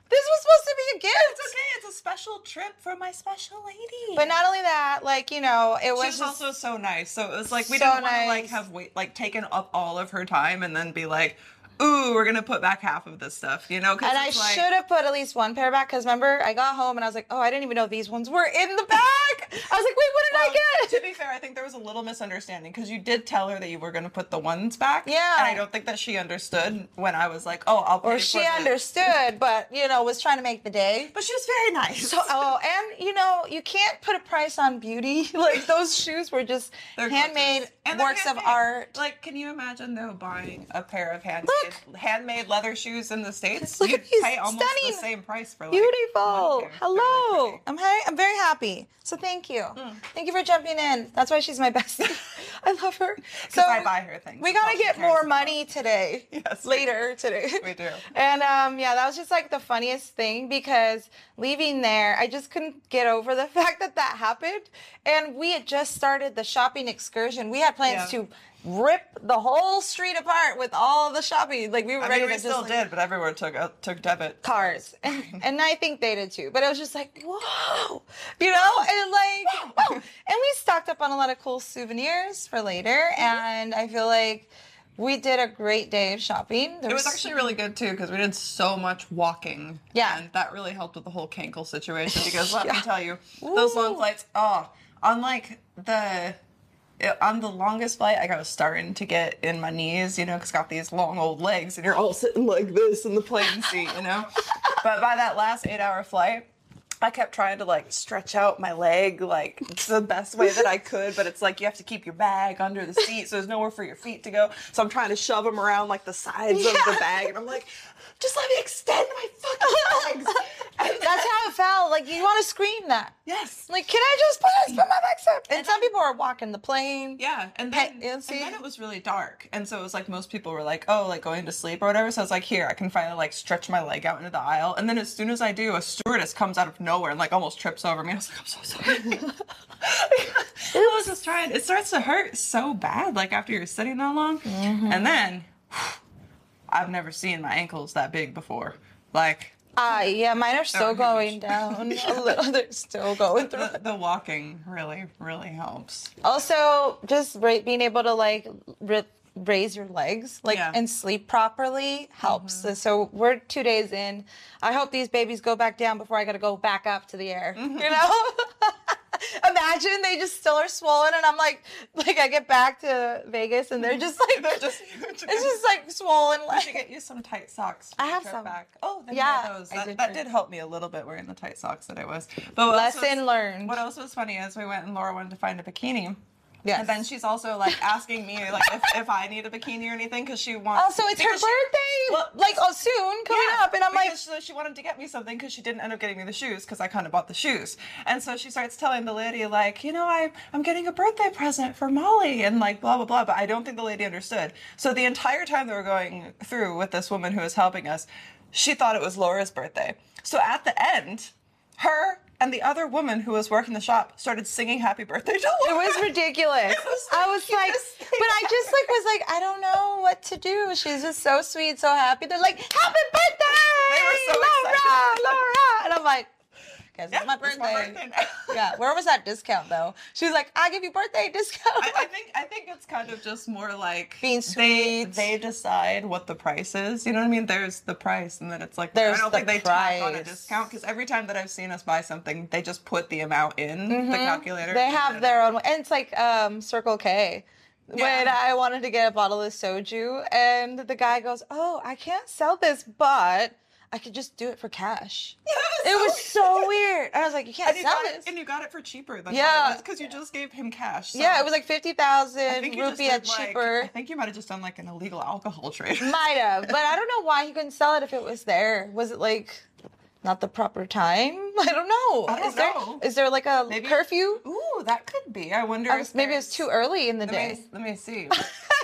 Speaker 2: "This was supposed to be a gift."
Speaker 3: It's okay. It's a special trip for my special lady.
Speaker 2: But not only that, like you know, it
Speaker 3: she
Speaker 2: was
Speaker 3: was
Speaker 2: just-
Speaker 3: also so nice. So it was like we
Speaker 2: So
Speaker 3: didn't want to like
Speaker 2: nice.
Speaker 3: have wait, like taken up all of her time and then be like, ooh, we're gonna put back half of this stuff, you know? 'Cause
Speaker 2: And I
Speaker 3: it's like,
Speaker 2: should have put at least one pair back because remember, I got home and I was like, oh, I didn't even know these ones were in the bag. I was like, wait, what did
Speaker 3: Well,
Speaker 2: I
Speaker 3: to
Speaker 2: get?
Speaker 3: be fair, I think there was a little misunderstanding because you did tell her that you were going to put the ones back.
Speaker 2: Yeah.
Speaker 3: And I don't think that she understood when I was like, "Oh, I'll." Pay
Speaker 2: Or
Speaker 3: for
Speaker 2: she
Speaker 3: this.
Speaker 2: understood, but you know, was trying to make the day.
Speaker 3: But she was very nice.
Speaker 2: So, oh, and you know, you can't put a price on beauty. Like those shoes were just
Speaker 3: They're
Speaker 2: handmade
Speaker 3: gorgeous. And they're
Speaker 2: works of
Speaker 3: handmade.
Speaker 2: art.
Speaker 3: Like, can you imagine though buying a pair of handmade
Speaker 2: Look.
Speaker 3: handmade leather shoes in the states?
Speaker 2: Look
Speaker 3: You'd
Speaker 2: at these
Speaker 3: pay almost the
Speaker 2: stunning-
Speaker 3: same price for like
Speaker 2: Beautiful.
Speaker 3: one pair. They're Mm. really
Speaker 2: Hello.
Speaker 3: pretty.
Speaker 2: I'm ha- I'm very happy. So thank you. Thank you for jumping in. That's why she's my bestie. I love her. So
Speaker 3: I buy her things.
Speaker 2: We
Speaker 3: That's
Speaker 2: gotta
Speaker 3: all she
Speaker 2: get
Speaker 3: cares
Speaker 2: more
Speaker 3: about.
Speaker 2: money today.
Speaker 3: Yes, we
Speaker 2: Later today.
Speaker 3: We do.
Speaker 2: And um, yeah, that was just like the funniest thing because leaving there, I just couldn't get over the fact that that happened. And we had just started the shopping excursion. We had plans
Speaker 3: Yeah.
Speaker 2: to rip the whole street apart with all the shopping. Like we were
Speaker 3: I
Speaker 2: ready
Speaker 3: mean, we
Speaker 2: to
Speaker 3: still
Speaker 2: just like,
Speaker 3: did, but everywhere took uh, took debit.
Speaker 2: cars. And, and I think they did too. But it was just like, whoa, you know, and like, whoa. And we stocked up on a lot of cool souvenirs for later.
Speaker 3: Mm-hmm.
Speaker 2: And I feel like we did a great day of shopping. There
Speaker 3: It was actually really good too because we did so much walking.
Speaker 2: Yeah.
Speaker 3: And that really helped with the whole cankle situation because let me
Speaker 2: Yeah.
Speaker 3: tell you, those long
Speaker 2: Ooh.
Speaker 3: flights, oh, on like the. it- On the longest flight, like I was starting to get in my knees, you know, because got these long old legs, and you're all sitting like this in the plane seat, you know. but by that last eight-hour flight, I kept trying to like stretch out my leg like the best way that I could, but it's like you have to keep your bag under the seat, so there's nowhere for your feet to go. So I'm trying to shove them around like the sides of the bag, and I'm like, just let me extend my fucking legs. And
Speaker 2: That's how it felt. Like you want to scream that.
Speaker 3: yes.
Speaker 2: Like, can I just please put my legs up? And, some people are walking the plane.
Speaker 3: Yeah, and
Speaker 2: Hey,
Speaker 3: then,
Speaker 2: you
Speaker 3: and
Speaker 2: see?
Speaker 3: then it was really dark, and so it was like most people were like, "Oh, like going to sleep or whatever." So I was like, "Here, I can finally like stretch my leg out into the aisle." And then as soon as I do, a stewardess comes out of nowhere and like almost trips over me. I was like, "I'm so sorry." I was just trying. It starts to hurt so bad, like after you're sitting that long,
Speaker 2: Mm-hmm.
Speaker 3: and then I've never seen my ankles that big before. Like
Speaker 2: Ah, yeah, mine are
Speaker 3: Oh,
Speaker 2: still
Speaker 3: huge.
Speaker 2: going down a little. They're still going through.
Speaker 3: the, the walking really, really helps.
Speaker 2: Also, just ra- being able to like ri- raise your legs, like
Speaker 3: Yeah. Mm-hmm.
Speaker 2: and sleep properly helps. So we're two days in. I hope these babies go back down before I got to go back up to the air.
Speaker 3: Mm-hmm.
Speaker 2: You know. Imagine they just still are swollen, and I'm like, like I get back to Vegas, and they're just like,
Speaker 3: They're just
Speaker 2: it's just like swollen.
Speaker 3: should
Speaker 2: Like,
Speaker 3: get you some tight socks. for
Speaker 2: I
Speaker 3: the
Speaker 2: have
Speaker 3: trip
Speaker 2: some.
Speaker 3: Back. Oh, then
Speaker 2: Yeah,
Speaker 3: yeah, those.
Speaker 2: I
Speaker 3: That,
Speaker 2: did
Speaker 3: that
Speaker 2: too.
Speaker 3: did help me a little bit wearing the tight socks that I was. But what else
Speaker 2: Lesson
Speaker 3: was-
Speaker 2: learned.
Speaker 3: What else was funny is we went and Laura wanted to find a bikini.
Speaker 2: Yes.
Speaker 3: And then she's also like asking me like if, if I need a bikini or anything because she wants.
Speaker 2: Also, Oh, it's her
Speaker 3: because she-
Speaker 2: birthday.
Speaker 3: Well,
Speaker 2: like, oh, soon coming
Speaker 3: yeah,
Speaker 2: up, and I'm like,
Speaker 3: because she, she wanted to get me something because she didn't end up getting me the shoes because I kind of bought the shoes. And so she starts telling the lady like, you know, I I'm getting a birthday present for Molly and like blah blah blah. But I don't think the lady understood. So the entire time that we're going through with this woman who is helping us, she thought it was Laura's birthday. So at the end, her and the other woman who was working the shop started singing happy birthday to
Speaker 2: It
Speaker 3: Laura.
Speaker 2: was ridiculous.
Speaker 3: was the
Speaker 2: I was like,
Speaker 3: cutest thing
Speaker 2: but I just like was like, I don't know what to do. She's just so sweet, so happy. They're like, Happy birthday,
Speaker 3: They were so
Speaker 2: Laura,
Speaker 3: excited.
Speaker 2: Laura, and I'm like, guess
Speaker 3: Yeah,
Speaker 2: it's my
Speaker 3: it's my
Speaker 2: birthday.
Speaker 3: birthday now.
Speaker 2: yeah, where was that discount though? She was like, I give you birthday discount.
Speaker 3: I, I think I think it's kind of just more like
Speaker 2: Being
Speaker 3: They,
Speaker 2: sweet.
Speaker 3: they decide what the price is. You know what I mean? There's the price, and then it's like
Speaker 2: There's
Speaker 3: I don't
Speaker 2: the
Speaker 3: think they tack on a
Speaker 2: price.
Speaker 3: discount because every time that I've seen us buy something, they just put the amount in the calculator.
Speaker 2: Mm-hmm. They
Speaker 3: and
Speaker 2: have
Speaker 3: then-
Speaker 2: their own, and it's like um, Circle K. When
Speaker 3: Yeah.
Speaker 2: I wanted to get a bottle of soju, and the guy goes, "Oh, I can't sell this, but I could just do it for cash." It was so weird. I was like, "You can't
Speaker 3: And you,
Speaker 2: sell
Speaker 3: got it,
Speaker 2: this."
Speaker 3: and you got it for cheaper than
Speaker 2: Yeah.
Speaker 3: because you just gave him cash. So
Speaker 2: yeah, it was like fifty
Speaker 3: I
Speaker 2: thousand
Speaker 3: think you just
Speaker 2: rupiah
Speaker 3: did, like-
Speaker 2: cheaper.
Speaker 3: I think you might have just done like an illegal alcohol trade.
Speaker 2: Might have, but I don't know why he couldn't sell it if it was there. Was it like not the proper time? I don't know.
Speaker 3: I don't
Speaker 2: is there is
Speaker 3: know.
Speaker 2: there like a
Speaker 3: Maybe-
Speaker 2: curfew?
Speaker 3: Ooh, that could be. I wonder.
Speaker 2: I
Speaker 3: if
Speaker 2: was- maybe it's too
Speaker 3: there's-
Speaker 2: early in the
Speaker 3: Let
Speaker 2: day.
Speaker 3: me, let me see.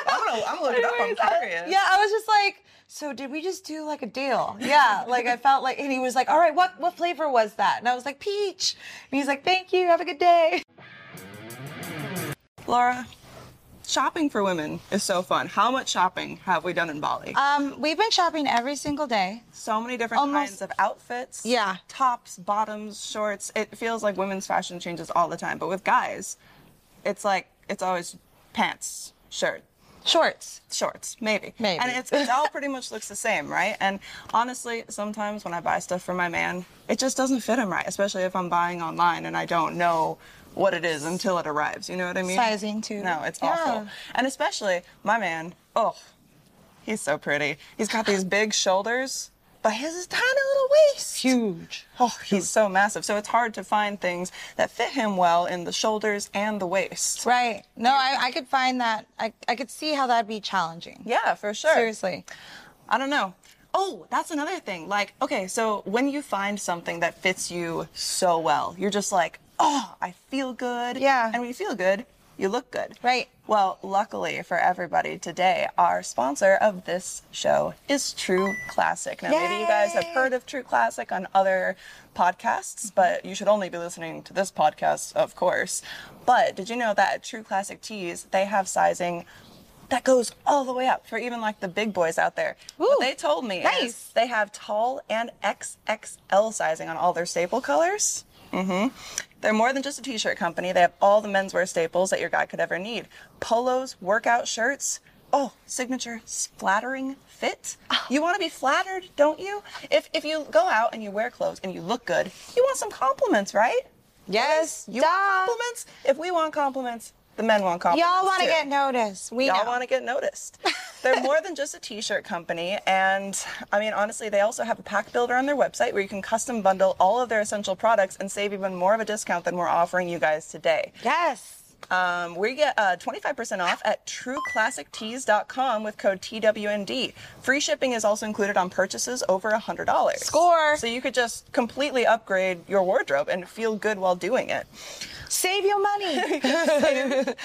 Speaker 3: I'm gonna I'm gonna look it up. I'm
Speaker 2: Anyways, I-
Speaker 3: curious.
Speaker 2: Yeah, I was just like, so did we just do like a deal? Yeah, like I felt like, and he was like, all right, what what flavor was that? And I was like, peach. And he's like, thank you, have a good day.
Speaker 3: Laura, shopping for women is so fun. How much shopping have we done in Bali?
Speaker 2: Um, we've been shopping every single day.
Speaker 3: so many different
Speaker 2: almost-
Speaker 3: kinds of outfits.
Speaker 2: Yeah.
Speaker 3: Tops, bottoms, shorts. It feels like women's fashion changes all the time. But with guys, it's like it's always pants, shirt,
Speaker 2: Shorts.
Speaker 3: shorts, maybe.
Speaker 2: Maybe.
Speaker 3: And it's, it all pretty much looks the same, right? And honestly, sometimes when I buy stuff for my man, it just doesn't fit him right, especially if I'm buying online and I don't know what it is until it arrives. You know what I mean?
Speaker 2: Sizing, too.
Speaker 3: No, it's
Speaker 2: Yeah.
Speaker 3: awful. And especially my man, oh, he's so pretty. He's got these big shoulders, but his is tiny little waist.
Speaker 2: Huge.
Speaker 3: Oh, he's so massive. So it's hard to find things that fit him well in the shoulders and the waist.
Speaker 2: Right. No, I, I could find that. I, I could see how that'd be challenging.
Speaker 3: Yeah, for sure.
Speaker 2: Seriously.
Speaker 3: I don't know. Oh, that's another thing. Like, okay, so when you find something that fits you so well, you're just like, oh, I feel good.
Speaker 2: Yeah.
Speaker 3: And when you feel good, you look good.
Speaker 2: Right.
Speaker 3: Well, luckily for everybody today, our sponsor of this show is True Classic. Now, maybe you guys have
Speaker 2: Yay.
Speaker 3: heard of True Classic on other podcasts, but you should only be listening to this podcast, of course. But did you know that at True Classic Tees, they have sizing that goes all the way up for even like the big boys out there.
Speaker 2: Ooh,
Speaker 3: what they told me
Speaker 2: nice.
Speaker 3: is they have tall and XXL sizing on all their staple colors. Mm-hmm. They're more than just a t-shirt company. They have all the menswear staples that your guy could ever need. Polos, workout shirts, oh, signature splattering fit.
Speaker 2: Ah.
Speaker 3: You want to be flattered, don't you? If if you go out and you wear clothes and you look good, you want some compliments, right?
Speaker 2: Yes.
Speaker 3: You
Speaker 2: duh.
Speaker 3: want compliments? If we want compliments, the men want compliments.
Speaker 2: Y'all want to
Speaker 3: too
Speaker 2: get noticed. We
Speaker 3: y'all
Speaker 2: know.
Speaker 3: want to get noticed. They're more than just a t-shirt company, and I mean honestly, they also have a pack builder on their website where you can custom bundle all of their essential products and save even more of a discount than we're offering you guys today.
Speaker 2: yes.
Speaker 3: Um, we get uh, 25% off at trueclassictees.com with code TWND. Free shipping is also included on purchases over $100.
Speaker 2: Score.
Speaker 3: So you could just completely upgrade your wardrobe and feel good while doing it.
Speaker 2: Save your money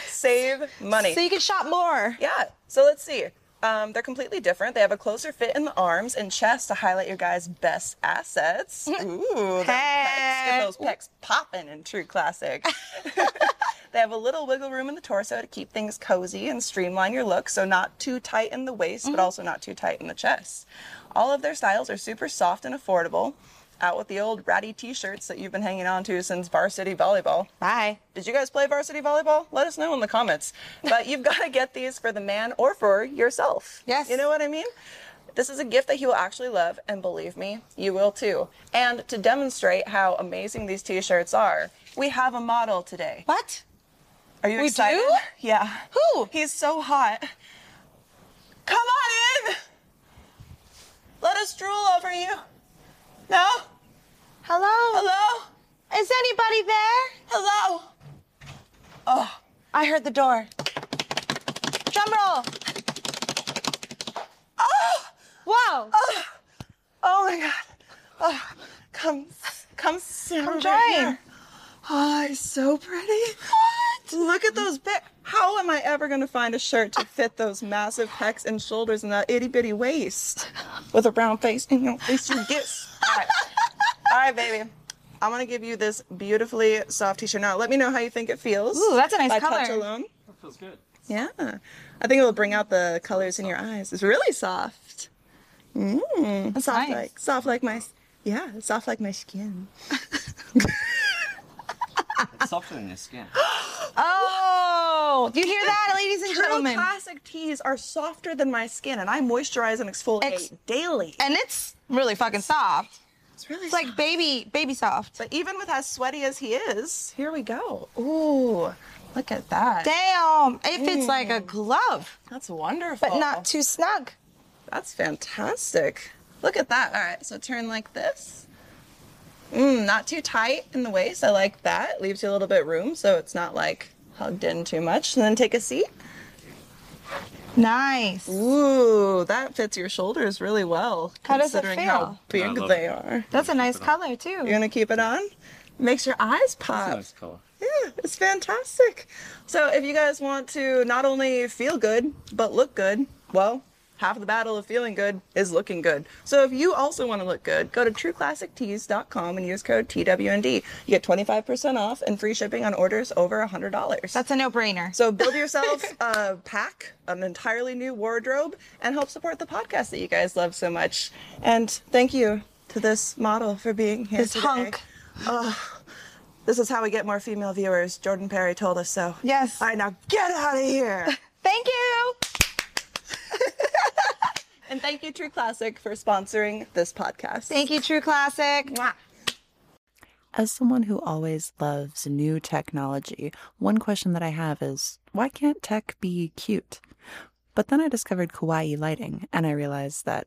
Speaker 3: Save money.
Speaker 2: so you can shop more.
Speaker 3: Yeah. So let's see. Um, they're completely different. They have a closer fit in the arms and chest to highlight your guy's best assets. Ooh, those pecs. Get those pecs popping in true classic. they have a little wiggle room in the torso to keep things cozy and streamline your look, so not too tight in the waist, but also not too tight in the chest. All of their styles are super soft and affordable. Out with the old ratty t-shirts that you've been hanging on to since varsity volleyball.
Speaker 2: Bye.
Speaker 3: Did you guys play varsity volleyball? Let us know in the comments. But you've got to get these for the man or for yourself.
Speaker 2: Yes.
Speaker 3: You know what I mean? This is a gift that he will actually love, and believe me, you will too. And to demonstrate how amazing these t shirts are, we have a model today.
Speaker 2: What?
Speaker 3: Are you
Speaker 2: We
Speaker 3: excited?
Speaker 2: do?
Speaker 3: Yeah.
Speaker 2: Who?
Speaker 3: He's so hot. Come on in! Let us drool over you. No?
Speaker 2: Hello?
Speaker 3: Hello?
Speaker 2: Is anybody there?
Speaker 3: Hello? Oh.
Speaker 2: I heard the door. Drum roll. Wow.
Speaker 3: Oh my god. Oh, come, come sit
Speaker 2: Come
Speaker 3: over
Speaker 2: join.
Speaker 3: here. Oh, it's so pretty. What? Look at those big. How am I ever going to find a shirt to fit those massive pecs and shoulders and that itty bitty waist with a brown face and your face you get? All right. All right, baby. I'm going to give you this beautifully soft t shirt. Now, let me know how you think it feels.
Speaker 2: Ooh, that's a nice
Speaker 3: by touch
Speaker 2: color.
Speaker 3: alone.
Speaker 5: That feels good.
Speaker 3: Yeah. I think it will bring out the colors in your eyes. It's really soft. Mm, soft
Speaker 2: nice.
Speaker 3: like soft like my s- yeah, soft like my skin.
Speaker 5: It's softer than your skin.
Speaker 2: Oh, do you hear that, ladies and
Speaker 3: Turtle
Speaker 2: gentlemen?
Speaker 3: classic teas are softer than my skin and I moisturize and exfoliate
Speaker 2: Ex-
Speaker 3: daily.
Speaker 2: And it's really fucking soft.
Speaker 3: It's really
Speaker 2: It's like baby, baby soft.
Speaker 3: but even with as sweaty as he is, here we go. Ooh, look at that.
Speaker 2: Damn, it fits like a glove, Oh.
Speaker 3: That's wonderful.
Speaker 2: but not too snug.
Speaker 3: That's fantastic. Look at that. All right, so turn like this. Mm, not too tight in the waist. I like that. Leaves you a little bit room so it's not like hugged in too much. And then take a seat.
Speaker 2: Nice.
Speaker 3: Ooh, that fits your shoulders really well.
Speaker 2: How does it
Speaker 3: considering
Speaker 2: feel?
Speaker 3: how
Speaker 5: I
Speaker 3: big
Speaker 5: love
Speaker 3: they
Speaker 5: it.
Speaker 3: are.
Speaker 2: That's a nice
Speaker 5: Keep it
Speaker 2: color too.
Speaker 3: You're gonna keep it on? Makes your eyes
Speaker 5: It's a
Speaker 3: pop.
Speaker 5: nice color.
Speaker 3: Yeah, it's fantastic. So if you guys want to not only feel good, but look good, well, half the battle of feeling good is looking good. So if you also want to look good, go to trueclassictees.com and use code TWND. You get 25% off and free shipping on orders over $100.
Speaker 2: That's a no-brainer.
Speaker 3: so build yourself a pack, an entirely new wardrobe, and help support the podcast that you guys love so much. And thank you to this model for being here
Speaker 2: this
Speaker 3: today.
Speaker 2: hunk.
Speaker 3: This is how we get more female viewers. Jordan Perry told us so.
Speaker 2: Yes.
Speaker 3: All right, now get out of here.
Speaker 2: Thank you.
Speaker 3: and thank you, True Classic, for sponsoring this podcast.
Speaker 2: Thank you, True Classic.
Speaker 4: As someone who always loves new technology, one question that I have is why can't tech be cute? But then I discovered Kawaii Lighting and I realized that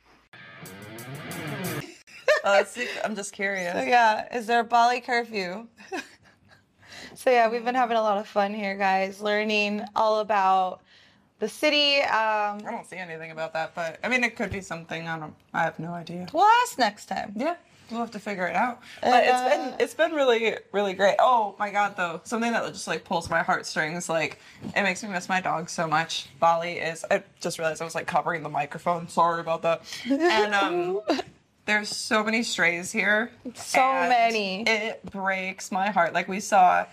Speaker 3: Uh, see- I'm just curious.
Speaker 2: So, yeah, is there a Bali curfew? so yeah, we've been having a lot of fun here, guys, learning all about the city. Um,
Speaker 3: I don't see anything about that, but I mean, it could be something. I don't. I have no idea.
Speaker 2: we'll ask next time.
Speaker 3: Yeah, we'll have to figure it out. But it's
Speaker 2: uh,
Speaker 3: been it's been really really great. Oh my god, though, something that just like pulls my heartstrings. Like it makes me miss my dog so much. Bali is. I just realized I was like covering the microphone. Sorry about that. And um. There's so many strays here.
Speaker 2: So
Speaker 3: and
Speaker 2: many.
Speaker 3: It breaks my heart. Like we saw,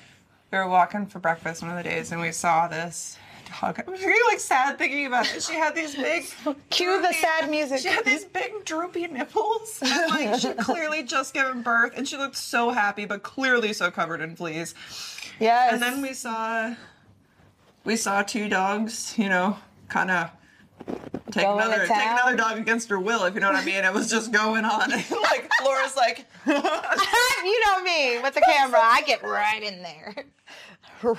Speaker 3: we were walking for breakfast one of the days, and we saw this dog. I was really like sad thinking about it. She had these big
Speaker 2: Cue the sad music.
Speaker 3: she had these big droopy nipples. And like she clearly just given birth and she looked so happy, but clearly so covered in fleas.
Speaker 2: Yes.
Speaker 3: And then we saw we saw two dogs, you know, kinda take
Speaker 2: Going to
Speaker 3: another take
Speaker 2: town.
Speaker 3: another dog against her will, if you know what I mean. It was just going on. like Laura's like
Speaker 2: you know me with the camera. I get right in there. right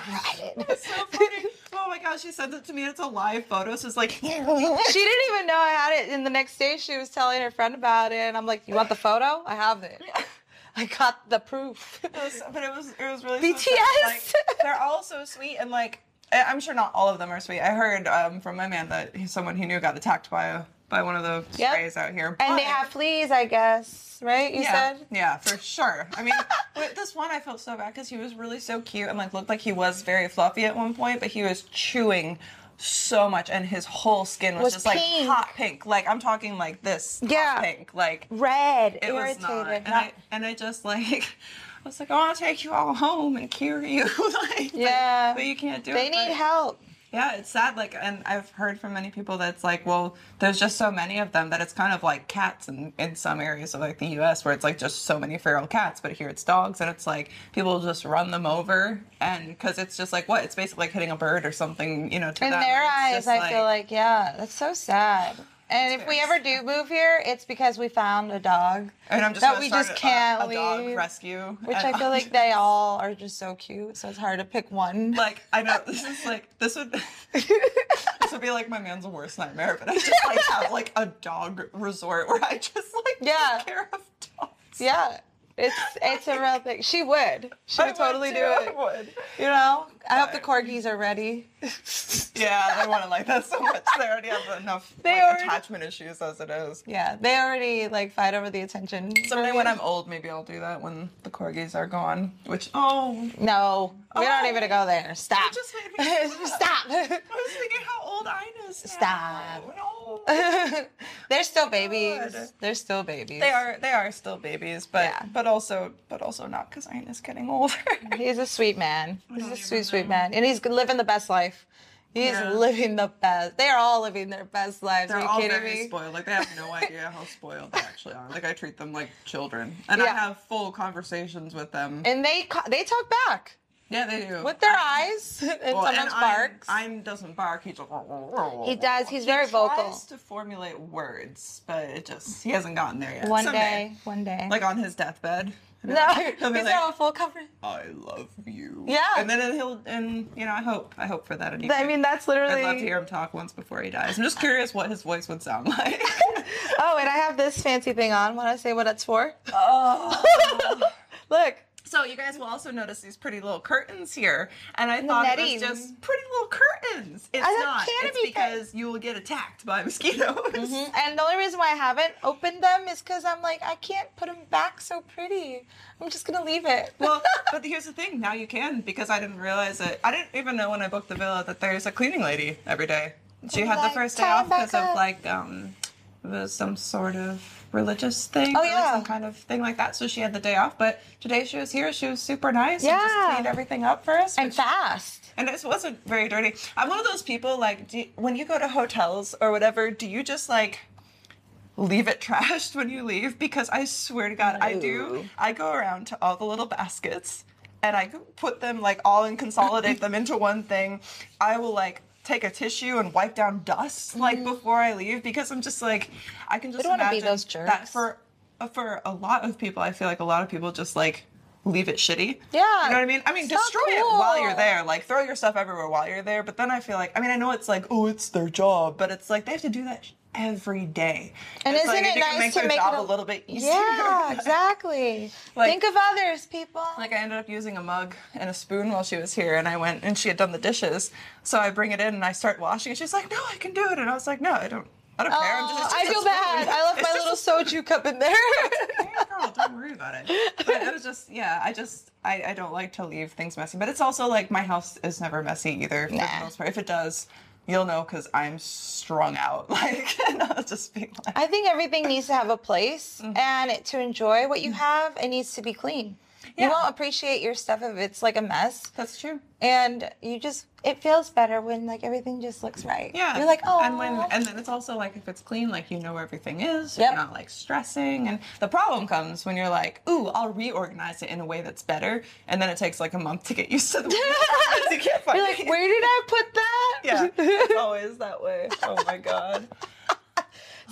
Speaker 2: in.
Speaker 3: so funny. Oh my gosh, she sent it to me. It's a live photo, so it's like
Speaker 2: She didn't even know I had it. And the next day, she was telling her friend about it. And I'm like, You want the photo? I have it. I got the proof.
Speaker 3: It was- but it was it was really So sad.
Speaker 2: BTS.
Speaker 3: Like, they're all so sweet and like I- I'm sure not all of them are sweet. I heard um, from my man that he, someone he knew got attacked by a, by one of the
Speaker 2: Yep.
Speaker 3: strays out here.
Speaker 2: And they
Speaker 3: but-
Speaker 2: have fleas, I guess, right? You
Speaker 3: yeah,
Speaker 2: said?
Speaker 3: yeah, for sure. I mean, with this one I felt so bad because he was really so cute and like looked like he was very fluffy at one point, but he was chewing so much and his whole skin was,
Speaker 2: Was
Speaker 3: just
Speaker 2: pink.
Speaker 3: like hot pink. Like I'm talking like this, hot
Speaker 2: Yeah.
Speaker 3: pink, like
Speaker 2: Red,
Speaker 3: it was
Speaker 2: irritated.
Speaker 3: not. And,
Speaker 2: not-
Speaker 3: I, and I just like, "Oh, I was like, I want to take you all home and cure you. like, but-
Speaker 2: Yeah.
Speaker 3: But, you can't do
Speaker 2: they
Speaker 3: it.
Speaker 2: need
Speaker 3: but-
Speaker 2: help.
Speaker 3: Yeah, it's sad. Like, and I've heard from many people that it's like, well, there's just so many of them that it's kind of like cats in, in some areas of like the U.S. where it's like just so many feral cats, but here it's dogs, and it's like people just run them over, and because it's just like what it's basically like hitting a bird or something, you know. To
Speaker 2: In
Speaker 3: them,
Speaker 2: their
Speaker 3: and it's
Speaker 2: eyes,
Speaker 3: just
Speaker 2: I feel like, yeah, that's so sad. And if we ever do move here, it's because we found a dog
Speaker 3: And I'm just
Speaker 2: that
Speaker 3: gonna
Speaker 2: we
Speaker 3: start
Speaker 2: just
Speaker 3: a-
Speaker 2: can't
Speaker 3: a, dog
Speaker 2: leave.
Speaker 3: rescue,
Speaker 2: Which
Speaker 3: and-
Speaker 2: I feel like they all are just so cute, so it's hard to pick one.
Speaker 3: like I know this is like this would this would be like my man's worst nightmare, but I just like have like a dog resort where I just like
Speaker 2: Yeah.
Speaker 3: take care of dogs.
Speaker 2: yeah, it's it's a real thing. She would, she
Speaker 3: I
Speaker 2: would totally
Speaker 3: too,
Speaker 2: do it.
Speaker 3: I would.
Speaker 2: You know, I hope the
Speaker 3: But-
Speaker 2: corgis are ready.
Speaker 3: Yeah, I want to like that so much. They already have enough
Speaker 2: They
Speaker 3: like,
Speaker 2: already-
Speaker 3: attachment issues as it is.
Speaker 2: Yeah, they already like fight over the attention.
Speaker 3: Someday when I'm old, maybe I'll do that when the corgis are gone. Which oh,
Speaker 2: no, we don't
Speaker 3: Oh.
Speaker 2: even go there. Stop.
Speaker 3: just made me
Speaker 2: Stop.
Speaker 3: I was thinking how old Ina is. now. Oh.
Speaker 2: Stop.
Speaker 3: No.
Speaker 2: They're still babies.
Speaker 3: God.
Speaker 2: They're still babies.
Speaker 3: They are they are still babies, but
Speaker 2: Yeah.
Speaker 3: but also but also not because Ina's getting older.
Speaker 2: He's a sweet man. He's a
Speaker 3: don't
Speaker 2: sweet,
Speaker 3: even
Speaker 2: sweet
Speaker 3: know.
Speaker 2: man, and he's living the best life. He's
Speaker 3: Yeah.
Speaker 2: living the best. They are all living their best lives.
Speaker 3: They're
Speaker 2: are you
Speaker 3: all
Speaker 2: kidding
Speaker 3: very
Speaker 2: me?
Speaker 3: spoiled. Like they have no idea how spoiled they actually are. Like I treat them like children, and I
Speaker 2: Yeah.
Speaker 3: have full conversations with them.
Speaker 2: And they ca- they talk back
Speaker 3: yeah, they do.
Speaker 2: with their eyes, and
Speaker 3: Well,
Speaker 2: sometimes
Speaker 3: I'm-
Speaker 2: barks.
Speaker 3: I'm doesn't bark. He just
Speaker 2: he does. He's very vocal.
Speaker 3: tries to formulate words, but it just he hasn't gotten there yet.
Speaker 2: One day,
Speaker 3: Someday.
Speaker 2: one day.
Speaker 3: like on his deathbed. he'll be
Speaker 2: no,
Speaker 3: like-
Speaker 2: he's
Speaker 3: he'll be
Speaker 2: not a
Speaker 3: like,
Speaker 2: full cover.
Speaker 3: I love you.
Speaker 2: Yeah.
Speaker 3: and then he'll and you know I hope I hope for that. And he
Speaker 2: I mean, that's literally.
Speaker 3: I'd love to hear him talk once before he dies. I'm just curious what his voice would sound like.
Speaker 2: Oh, and I have this fancy thing on. Want to say what it's for?
Speaker 3: oh.
Speaker 2: Look,
Speaker 3: So you guys will also notice these pretty little curtains here, and I thought
Speaker 2: netting.
Speaker 3: it was just pretty little curtains. It's
Speaker 2: I thought
Speaker 3: not. It's
Speaker 2: canopy curtains.
Speaker 3: because you will get attacked by mosquitoes.
Speaker 2: and the only reason why I haven't opened them is because I'm like, I can't put them back so pretty. I'm just gonna leave it.
Speaker 3: well, but here's the thing. Now you can because I didn't realize it. I didn't even know when I booked the villa that there's a cleaning lady every day. She had the
Speaker 2: Oh, Like,
Speaker 3: first day
Speaker 2: tie
Speaker 3: off because
Speaker 2: back
Speaker 3: of
Speaker 2: up.
Speaker 3: like um, it was some sort of religious thing.
Speaker 2: Oh,
Speaker 3: or, like,
Speaker 2: yeah.
Speaker 3: some kind of thing like that. So she had the day off. But today she was here. She was super nice. and
Speaker 2: Yeah.
Speaker 3: just cleaned everything up for us.
Speaker 2: and
Speaker 3: which-
Speaker 2: fast.
Speaker 3: and it wasn't very dirty. I'm one of those people like do when you go to hotels or whatever, do you just like leave it trashed when you leave? Because I swear to God, I do. I go around to all the little baskets and I put them like all and consolidate them into one thing. I will like take a tissue and wipe down dust like before I leave because I'm just like I can just
Speaker 2: Mm-hmm. don't wanna be
Speaker 3: imagine
Speaker 2: those
Speaker 3: that
Speaker 2: jerks.
Speaker 3: for uh, for a lot of people, I feel like a lot of people just like leave it shitty.
Speaker 2: Yeah.
Speaker 3: You know what I mean? I mean,
Speaker 2: It's not
Speaker 3: destroy it while
Speaker 2: cool.
Speaker 3: you're there. Like, throw your stuff everywhere while you're there. But then I feel like, I mean, I know it's like, oh, it's their job, but it's like they have to do that sh- every day.
Speaker 2: And
Speaker 3: It's
Speaker 2: isn't
Speaker 3: like, if
Speaker 2: it
Speaker 3: you can
Speaker 2: nice
Speaker 3: make
Speaker 2: to
Speaker 3: their
Speaker 2: make it
Speaker 3: job
Speaker 2: a-
Speaker 3: a little bit easier?
Speaker 2: Yeah, exactly.
Speaker 3: Like-
Speaker 2: Think of others, people.
Speaker 3: Like I ended up using a mug and a spoon while she was here, and I went and she had done the dishes. So I bring it in and I start washing, and she's like, "No, I can do it," and I was like, "No, I don't, I don't care." I'm just, it's
Speaker 2: Oh, I
Speaker 3: just a
Speaker 2: feel
Speaker 3: spoon."
Speaker 2: bad. I left
Speaker 3: It's
Speaker 2: my
Speaker 3: just a
Speaker 2: little soju cup in there.
Speaker 3: yeah, girl, don't worry about it. But it was just, yeah, I just, I, I don't like to leave things messy. But it's also like my house is never messy either. For
Speaker 2: Nah.
Speaker 3: the most part. If it does, you'll know because I'm strung out. Like, and I'll just be like,
Speaker 2: I think everything needs to have a place,
Speaker 3: Mm-hmm.
Speaker 2: and it, to enjoy what you have, it needs to be clean. You
Speaker 3: Yeah.
Speaker 2: won't appreciate your stuff if it's like a mess,
Speaker 3: that's true.
Speaker 2: and you just it feels better when like everything just looks right.
Speaker 3: Yeah.
Speaker 2: you're like, oh,
Speaker 3: And, when, and then it's also like if it's clean, like you know where everything is.
Speaker 2: Yep.
Speaker 3: You're not like stressing. And the problem comes when you're like, ooh, I'll reorganize it in a way that's better. And then it takes like a month to get used to the way you can't find
Speaker 2: you're like,
Speaker 3: it.
Speaker 2: where did I put that?
Speaker 3: Yeah, it's always that way. Oh my god.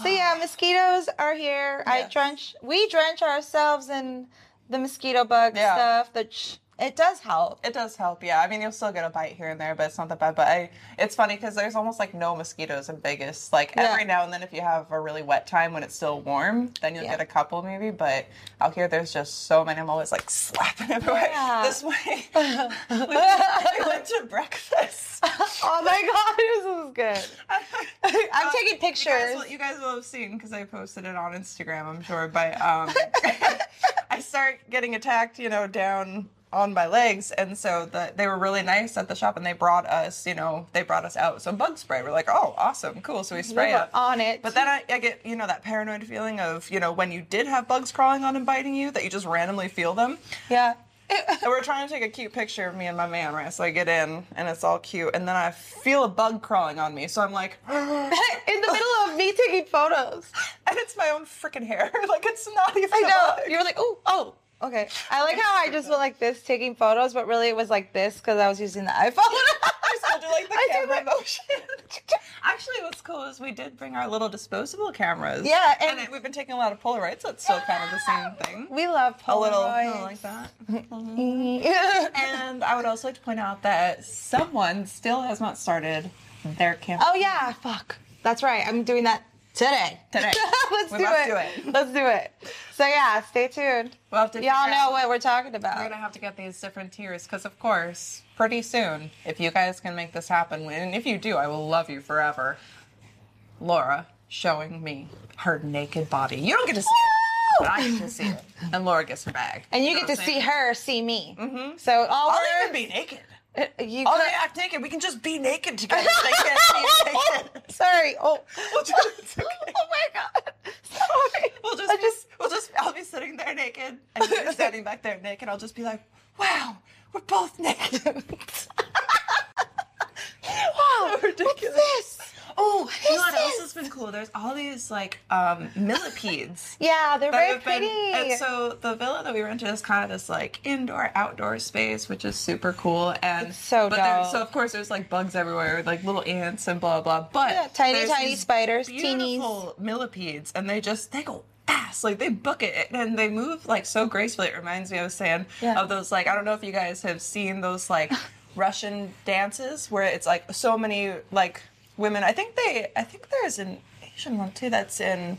Speaker 2: So yeah, mosquitoes are here. I
Speaker 3: Yes.
Speaker 2: drench. We drench ourselves in the mosquito bug
Speaker 3: Yeah.
Speaker 2: stuff. That sh- it does help.
Speaker 3: It does help, yeah. I mean, you'll still get a bite here and there, but it's not that bad. But I, it's funny because there's almost like no mosquitoes in Vegas. Like
Speaker 2: Yeah.
Speaker 3: every now and then, if you have a really wet time when it's still warm, then you'll
Speaker 2: Yeah.
Speaker 3: get a couple maybe. But out here, there's just so many. I'm always like slapping everywhere.
Speaker 2: Yeah.
Speaker 3: This way. we, we went to breakfast.
Speaker 2: Oh my god, this is good. I'm taking
Speaker 3: You guys,
Speaker 2: pictures.
Speaker 3: will, you guys will have seen because I posted it on Instagram, I'm sure. But um, I start getting attacked, you know, down on my legs, and so the, they were really nice at the shop, and they brought us, you know, they brought us out some bug spray. We're like, oh, awesome, cool. So we spray
Speaker 2: We were
Speaker 3: it.
Speaker 2: on it.
Speaker 3: But then I, I get, you know, that paranoid feeling of, you know, when you did have bugs crawling on and biting you, that you just randomly feel them.
Speaker 2: yeah.
Speaker 3: and we're trying to take a cute picture of me and my man, right? So I get in and it's all cute, and then I feel a bug crawling on me. So I'm like, and
Speaker 2: in the middle of me taking photos.
Speaker 3: it's my own freaking hair. like it's not even.
Speaker 2: I
Speaker 3: a
Speaker 2: know.
Speaker 3: bug.
Speaker 2: You were like, oh, oh, okay. I like how I just went like this taking photos, but really it was like this because I was using the iPhone.
Speaker 3: I still do like the
Speaker 2: I do
Speaker 3: camera
Speaker 2: that.
Speaker 3: motion. Actually, what's cool is we did bring our little disposable cameras.
Speaker 2: Yeah,
Speaker 3: and,
Speaker 2: and-
Speaker 3: we've been taking a lot of Polaroids. So it's still kind of the same thing.
Speaker 2: we love
Speaker 3: a little
Speaker 2: Polaroids.
Speaker 3: kinda like that. and I would also like to point out that someone still has not started their campaign.
Speaker 2: oh yeah, fuck. That's right. I'm doing that today.
Speaker 3: Today.
Speaker 2: Let's
Speaker 3: We
Speaker 2: do,
Speaker 3: must
Speaker 2: it.
Speaker 3: do it.
Speaker 2: Let's do it. So yeah, stay tuned.
Speaker 3: We'll have to
Speaker 2: Y'all
Speaker 3: figure
Speaker 2: know
Speaker 3: out-
Speaker 2: what we're talking
Speaker 3: We're
Speaker 2: about.
Speaker 3: gonna have to get these different tiers because, of course, pretty soon, if you guys can make this happen, and if you do, I will love you forever. Laura showing me her naked body. You don't get to see it, but I get to see it, and Laura gets her bag.
Speaker 2: And you get to see her see me. Mm-hmm. So all
Speaker 3: I'll
Speaker 2: we're
Speaker 3: even be naked.
Speaker 2: you
Speaker 3: I'll
Speaker 2: could-
Speaker 3: even act naked. We can just be naked together. They can't see you naked.
Speaker 2: Sorry. Oh.
Speaker 3: It's okay.
Speaker 2: Oh my god. Sorry.
Speaker 3: We'll just,
Speaker 2: I
Speaker 3: be-
Speaker 2: just
Speaker 3: we'll just, I'll be sitting there naked, and you're standing back there naked. I'll just be like, wow, we're both naked. wow, ridiculous.
Speaker 2: this.
Speaker 3: Oh, you know what
Speaker 2: This
Speaker 3: else
Speaker 2: is-
Speaker 3: has been cool? There's all these like um, millipedes.
Speaker 2: Yeah, they're
Speaker 3: that
Speaker 2: very
Speaker 3: have been-
Speaker 2: pretty.
Speaker 3: and so the villa that we rented is kind of this like indoor outdoor space, which is super cool. And
Speaker 2: It's so
Speaker 3: but there-
Speaker 2: dope.
Speaker 3: So of course there's like bugs everywhere, like little ants and blah blah. But
Speaker 2: Yeah, tiny,
Speaker 3: there's
Speaker 2: tiny
Speaker 3: these
Speaker 2: spiders,
Speaker 3: beautiful millipedes, and they just they go fast, like they book it, and they move like so gracefully. It reminds me, I was saying,
Speaker 2: Yeah.
Speaker 3: of those like I don't know if you guys have seen those like Russian dances where it's like so many like women. I think they, I think there's an Asian one too that's in.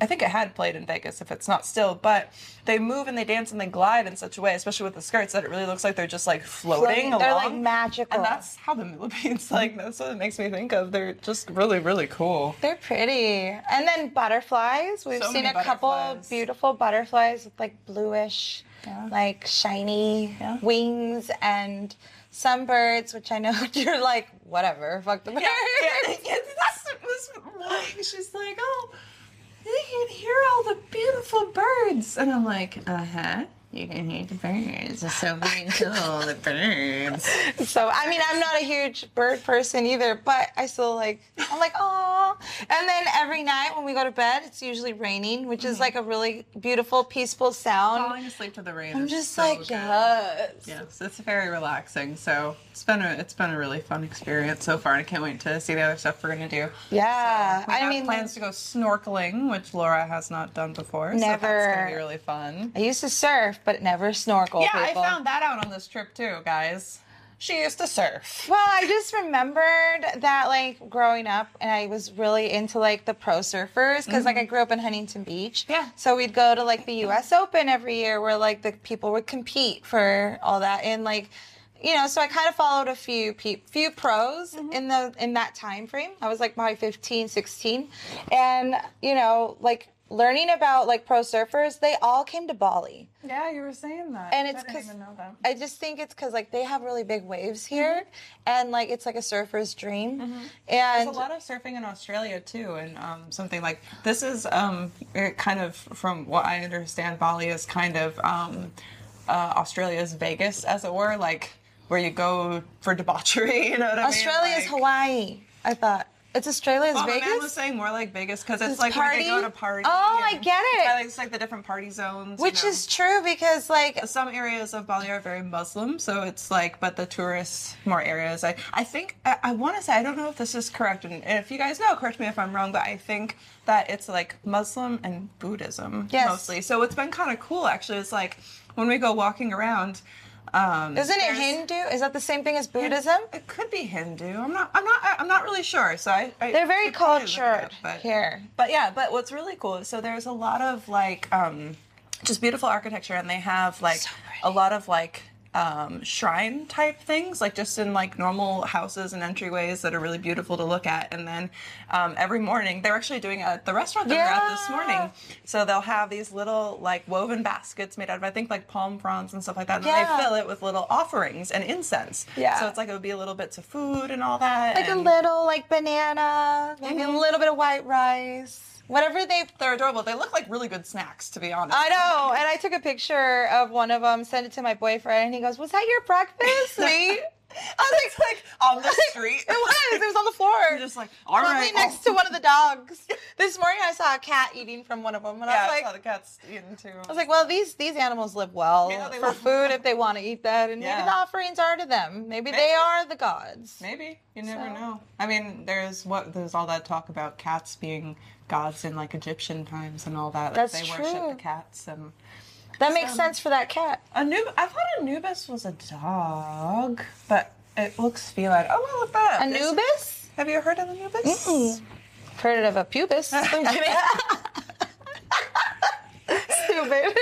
Speaker 3: I think it had played in Vegas, if it's not still, but they move and they dance and they glide in such a way, especially with the skirts, that it really looks like they're just like floating,
Speaker 2: Floating. They're,
Speaker 3: along.
Speaker 2: like, magical.
Speaker 3: And that's how the millipedes, like, that's what it makes me think of. They're just really, really cool.
Speaker 2: They're pretty. And then butterflies. We've
Speaker 3: So
Speaker 2: seen
Speaker 3: many
Speaker 2: a couple
Speaker 3: butterflies.
Speaker 2: beautiful butterflies with like bluish,
Speaker 3: Yeah.
Speaker 2: like shiny
Speaker 3: Yeah.
Speaker 2: wings and some birds, which I know you're like, whatever, fuck the birds.
Speaker 3: she's like, oh, you can hear all the beautiful birds. And I'm like, uh huh. You can hear the birds. It's so beautiful, the birds.
Speaker 2: So I mean, I'm not a huge bird person either, but I still like. I'm like, oh. And then every night when we go to bed, it's usually raining, which is like a really beautiful, peaceful sound.
Speaker 3: Falling asleep to the rain.
Speaker 2: I'm
Speaker 3: is
Speaker 2: just
Speaker 3: Oh, so
Speaker 2: like,
Speaker 3: good.
Speaker 2: yes.
Speaker 3: Yes, it's very relaxing. So it's been a it's been a really fun experience so far, and I can't wait to see the other stuff we're gonna do.
Speaker 2: Yeah.
Speaker 3: We
Speaker 2: I
Speaker 3: have
Speaker 2: mean,
Speaker 3: plans to go snorkeling, which Laura has not done before. so that's gonna
Speaker 2: Never.
Speaker 3: be really fun.
Speaker 2: I used to surf, but never snorkel.
Speaker 3: Yeah, I
Speaker 2: people.
Speaker 3: found that out on this trip too, guys. She used to surf.
Speaker 2: Well, I just remembered that like growing up, and I was really into like the pro surfers because like I grew up in Huntington Beach.
Speaker 3: Yeah.
Speaker 2: So we'd go to like the U.S. Open every year, where like the people would compete for all that, and like. You know, so I kind of followed a few pe- few pros in the in that time frame. I was like probably 15, 16. and you know, like learning about like pro surfers, they all came to Bali.
Speaker 3: Yeah, you were saying that.
Speaker 2: And it's 'cause- I just think it's because like they have really big waves
Speaker 3: Mm-hmm.
Speaker 2: here, and like it's like a surfer's dream. And
Speaker 3: There's a lot of surfing in Australia too, and um, something like this is um, it kind of from what I understand, Bali is kind of um, uh, Australia's Vegas, as it were, like where you go for debauchery. You know what I mean?
Speaker 2: Australia's
Speaker 3: Like-
Speaker 2: Hawaii. I thought it's Australia's
Speaker 3: Well, my man was
Speaker 2: Vegas,
Speaker 3: saying more like Vegas because it's,
Speaker 2: It's
Speaker 3: like where they go
Speaker 2: party?
Speaker 3: to party.
Speaker 2: Oh, I
Speaker 3: and-
Speaker 2: get it.
Speaker 3: Yeah, like, it's like the different party zones, you
Speaker 2: which
Speaker 3: know.
Speaker 2: is true because like
Speaker 3: some areas of Bali are very Muslim, so it's like, but the tourist more areas. I, I think, I, I want to say, I don't know if this is correct, and if you guys know, correct me if I'm wrong, but I think that it's like Muslim and Buddhism
Speaker 2: Yes.
Speaker 3: mostly. So what's been kind of cool actually is like when we go walking around. Um,
Speaker 2: isn't it
Speaker 3: there's-
Speaker 2: Hindu? Is that the same thing as Buddhism?
Speaker 3: It could be Hindu. I'm not. I'm not. I'm not really sure. So I. I
Speaker 2: They're very
Speaker 3: should probably look it up,
Speaker 2: cultured
Speaker 3: but-
Speaker 2: here.
Speaker 3: but yeah, but what's really cool is so there's a lot of like um just beautiful architecture and they have like a lot of like um, shrine type things, like just in like normal houses and entryways that are really beautiful to look at. And then um, every morning, they're actually doing it at the restaurant that we're at this
Speaker 2: Yeah.
Speaker 3: morning. So they'll have these little like woven baskets made out of I think like palm fronds and stuff like that, and then
Speaker 2: Yeah.
Speaker 3: they fill it with little offerings and incense.
Speaker 2: Yeah.
Speaker 3: So it's like it would be a little bit to food and Mm-hmm. all that.
Speaker 2: Like a
Speaker 3: and-
Speaker 2: little like banana, maybe a little bit of white rice. Whatever they
Speaker 3: They're adorable. They look like really good snacks, to be honest.
Speaker 2: I know. And I took a picture of one of them, sent it to my boyfriend, and he goes, Was that your breakfast? Me? I was like,
Speaker 3: like on the street.
Speaker 2: It was. It was on the floor.
Speaker 3: You're just like, all
Speaker 2: Probably
Speaker 3: right. oh,
Speaker 2: next to one of the dogs. This morning I saw a cat eating from one of them, and
Speaker 3: yeah,
Speaker 2: I was
Speaker 3: I saw
Speaker 2: like,
Speaker 3: the cats eating too.
Speaker 2: I was like, well, these these animals live well
Speaker 3: Yeah, they
Speaker 2: for
Speaker 3: live
Speaker 2: food if they want to eat that, and
Speaker 3: Yeah.
Speaker 2: maybe the offerings are to them. Maybe,
Speaker 3: Maybe.
Speaker 2: they are the gods.
Speaker 3: Maybe you never
Speaker 2: So-
Speaker 3: know. I mean, there's what there's all that talk about cats being gods in like Egyptian times and all that. like,
Speaker 2: That's
Speaker 3: they worship
Speaker 2: true.
Speaker 3: the cats and
Speaker 2: That makes sense for that cat.
Speaker 3: Anub. I thought Anubis was a dog, but it looks feline. Oh, well, look that. It's-
Speaker 2: Anubis?
Speaker 3: Have you heard of Anubis?
Speaker 2: Heard of a pubis? I'm kidding. Stupid.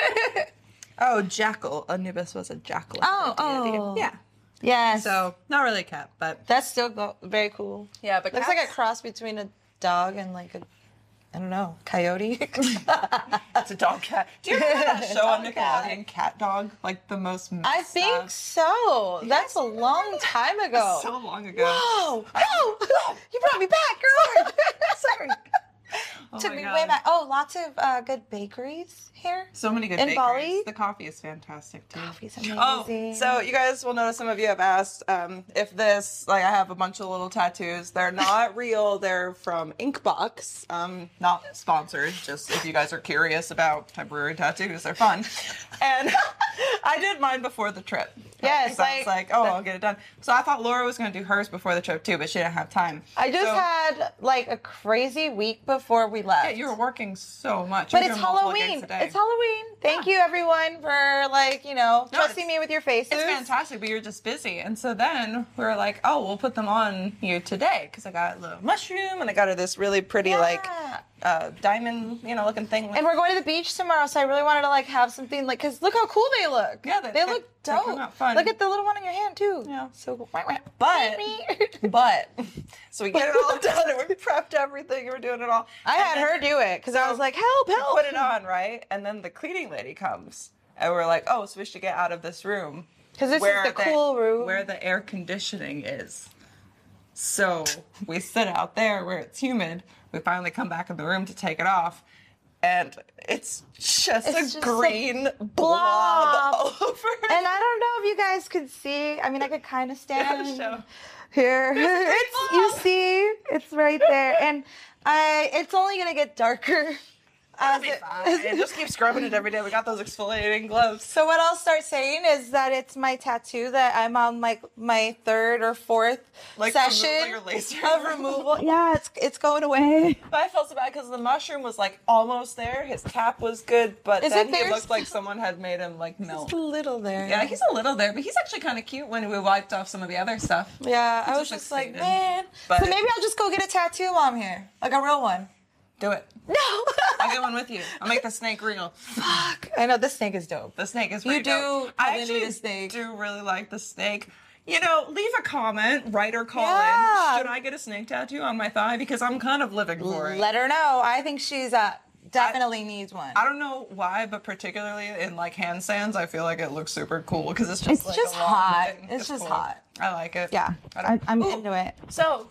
Speaker 3: Oh, jackal. Anubis was a jackal.
Speaker 2: Oh,
Speaker 3: deity.
Speaker 2: oh.
Speaker 3: yeah.
Speaker 2: yes.
Speaker 3: So not really a cat, but
Speaker 2: that's still go- very cool.
Speaker 3: yeah, but
Speaker 2: Looks like a cross between a dog and like a, I don't know, coyote.
Speaker 3: It's a dog cat. Do you remember that show on Nickelodeon, Cat Dog? Like the most.
Speaker 2: I
Speaker 3: messed
Speaker 2: think
Speaker 3: up-
Speaker 2: so. That's a long time ago.
Speaker 3: so long ago.
Speaker 2: Whoa! Whoa! you brought me back, girl. Sorry.
Speaker 3: Oh
Speaker 2: Took
Speaker 3: my
Speaker 2: me way
Speaker 3: God.
Speaker 2: back. Oh, lots of uh, good bakeries here.
Speaker 3: So many good
Speaker 2: In
Speaker 3: bakeries.
Speaker 2: Bali?
Speaker 3: The coffee is fantastic too.
Speaker 2: Coffee's
Speaker 3: Oh,
Speaker 2: amazing.
Speaker 3: so you guys will notice some of you have asked um, if this, like, I have a bunch of little tattoos. They're not real. They're from Inkbox. Um, not sponsored. Just if you guys are curious about temporary tattoos, they're fun. And I did mine before the trip.
Speaker 2: Yes,
Speaker 3: So I was
Speaker 2: like-
Speaker 3: like, oh, I'll get it done. So I thought Laura was going to do hers before the trip too, but she didn't have time.
Speaker 2: I just
Speaker 3: So-
Speaker 2: had like a crazy week before we left.
Speaker 3: Yeah, you were working so much.
Speaker 2: but
Speaker 3: You were
Speaker 2: it's
Speaker 3: doing multiple
Speaker 2: Halloween.
Speaker 3: gigs a day.
Speaker 2: It's Halloween. Thank you, everyone, for like you know
Speaker 3: No,
Speaker 2: trusting
Speaker 3: it's-
Speaker 2: me with your faces.
Speaker 3: It's fantastic, but you're just busy. And so then we were like, oh, we'll put them on you today because I got a little mushroom and I got her this really pretty like
Speaker 2: Yeah.
Speaker 3: uh, diamond, you know, looking thing.
Speaker 2: And we're going to the beach tomorrow, so I really wanted to like have something like because look how cool they look.
Speaker 3: Yeah, they-
Speaker 2: they
Speaker 3: they-
Speaker 2: look
Speaker 3: they come
Speaker 2: dope.
Speaker 3: out fun.
Speaker 2: Look at the little one in your hand too.
Speaker 3: Yeah.
Speaker 2: So
Speaker 3: But- but so we get it all done and we prepped everything and we're doing it all.
Speaker 2: I
Speaker 3: And
Speaker 2: had her
Speaker 3: then
Speaker 2: do it because I
Speaker 3: So-
Speaker 2: was like, help,
Speaker 3: we
Speaker 2: help.
Speaker 3: put it on right, and then the cleaning lady comes and we're like, oh, so we should get out of this room
Speaker 2: 'Cause this is
Speaker 3: where
Speaker 2: the cool room.
Speaker 3: where the air conditioning is. So we sit out there where it's humid. We finally come back in the room to take it off, and it's just
Speaker 2: It's
Speaker 3: a
Speaker 2: just a
Speaker 3: green blob
Speaker 2: blob.
Speaker 3: all over.
Speaker 2: And I don't know if you guys could see. I mean, I could kind of stand
Speaker 3: show.
Speaker 2: here.
Speaker 3: big
Speaker 2: It's- you
Speaker 3: blob.
Speaker 2: see, it's right there, and I. It's only gonna get darker.
Speaker 3: It'll be fine. And just keep scrubbing it every day. We got those exfoliating gloves.
Speaker 2: So what I'll start saying is that it's my tattoo that I'm on like my third or fourth
Speaker 3: Like
Speaker 2: session
Speaker 3: removal- your laser
Speaker 2: of removal. Yeah, it's it's going away.
Speaker 3: But I felt so bad because the mushroom was like almost there. His cap was good, but
Speaker 2: Is
Speaker 3: then
Speaker 2: it
Speaker 3: he
Speaker 2: there
Speaker 3: looked like
Speaker 2: still?
Speaker 3: someone had made him like melt.
Speaker 2: It's a little there.
Speaker 3: Oh. Yeah, he's a little there, but he's actually kind of cute when we wiped off some of the other stuff.
Speaker 2: yeah. I
Speaker 3: It
Speaker 2: was
Speaker 3: just
Speaker 2: just
Speaker 3: looks
Speaker 2: like,
Speaker 3: faded.
Speaker 2: man.
Speaker 3: But-
Speaker 2: so maybe I'll just go get a tattoo while I'm here, like a real one.
Speaker 3: Do it.
Speaker 2: No.
Speaker 3: I'll get one with you. I'll make the snake real.
Speaker 2: I know this snake is dope.
Speaker 3: The snake is pretty
Speaker 2: do
Speaker 3: dope. I
Speaker 2: probably need
Speaker 3: actually
Speaker 2: a snake.
Speaker 3: do really like the snake. You know, leave a comment, write or call
Speaker 2: Yeah.
Speaker 3: in. Should I get a snake tattoo on my thigh? Because I'm kind of living for it.
Speaker 2: Let her know. I think she's uh, definitely needs one.
Speaker 3: I don't know why, but particularly in like handstands, I feel like it looks super cool because it's just
Speaker 2: It's
Speaker 3: like
Speaker 2: just
Speaker 3: a long
Speaker 2: hot.
Speaker 3: thing.
Speaker 2: It's just
Speaker 3: cool.
Speaker 2: hot.
Speaker 3: I like it.
Speaker 2: yeah,
Speaker 3: I don't-
Speaker 2: I, I'm
Speaker 3: Ooh.
Speaker 2: into it.
Speaker 3: So,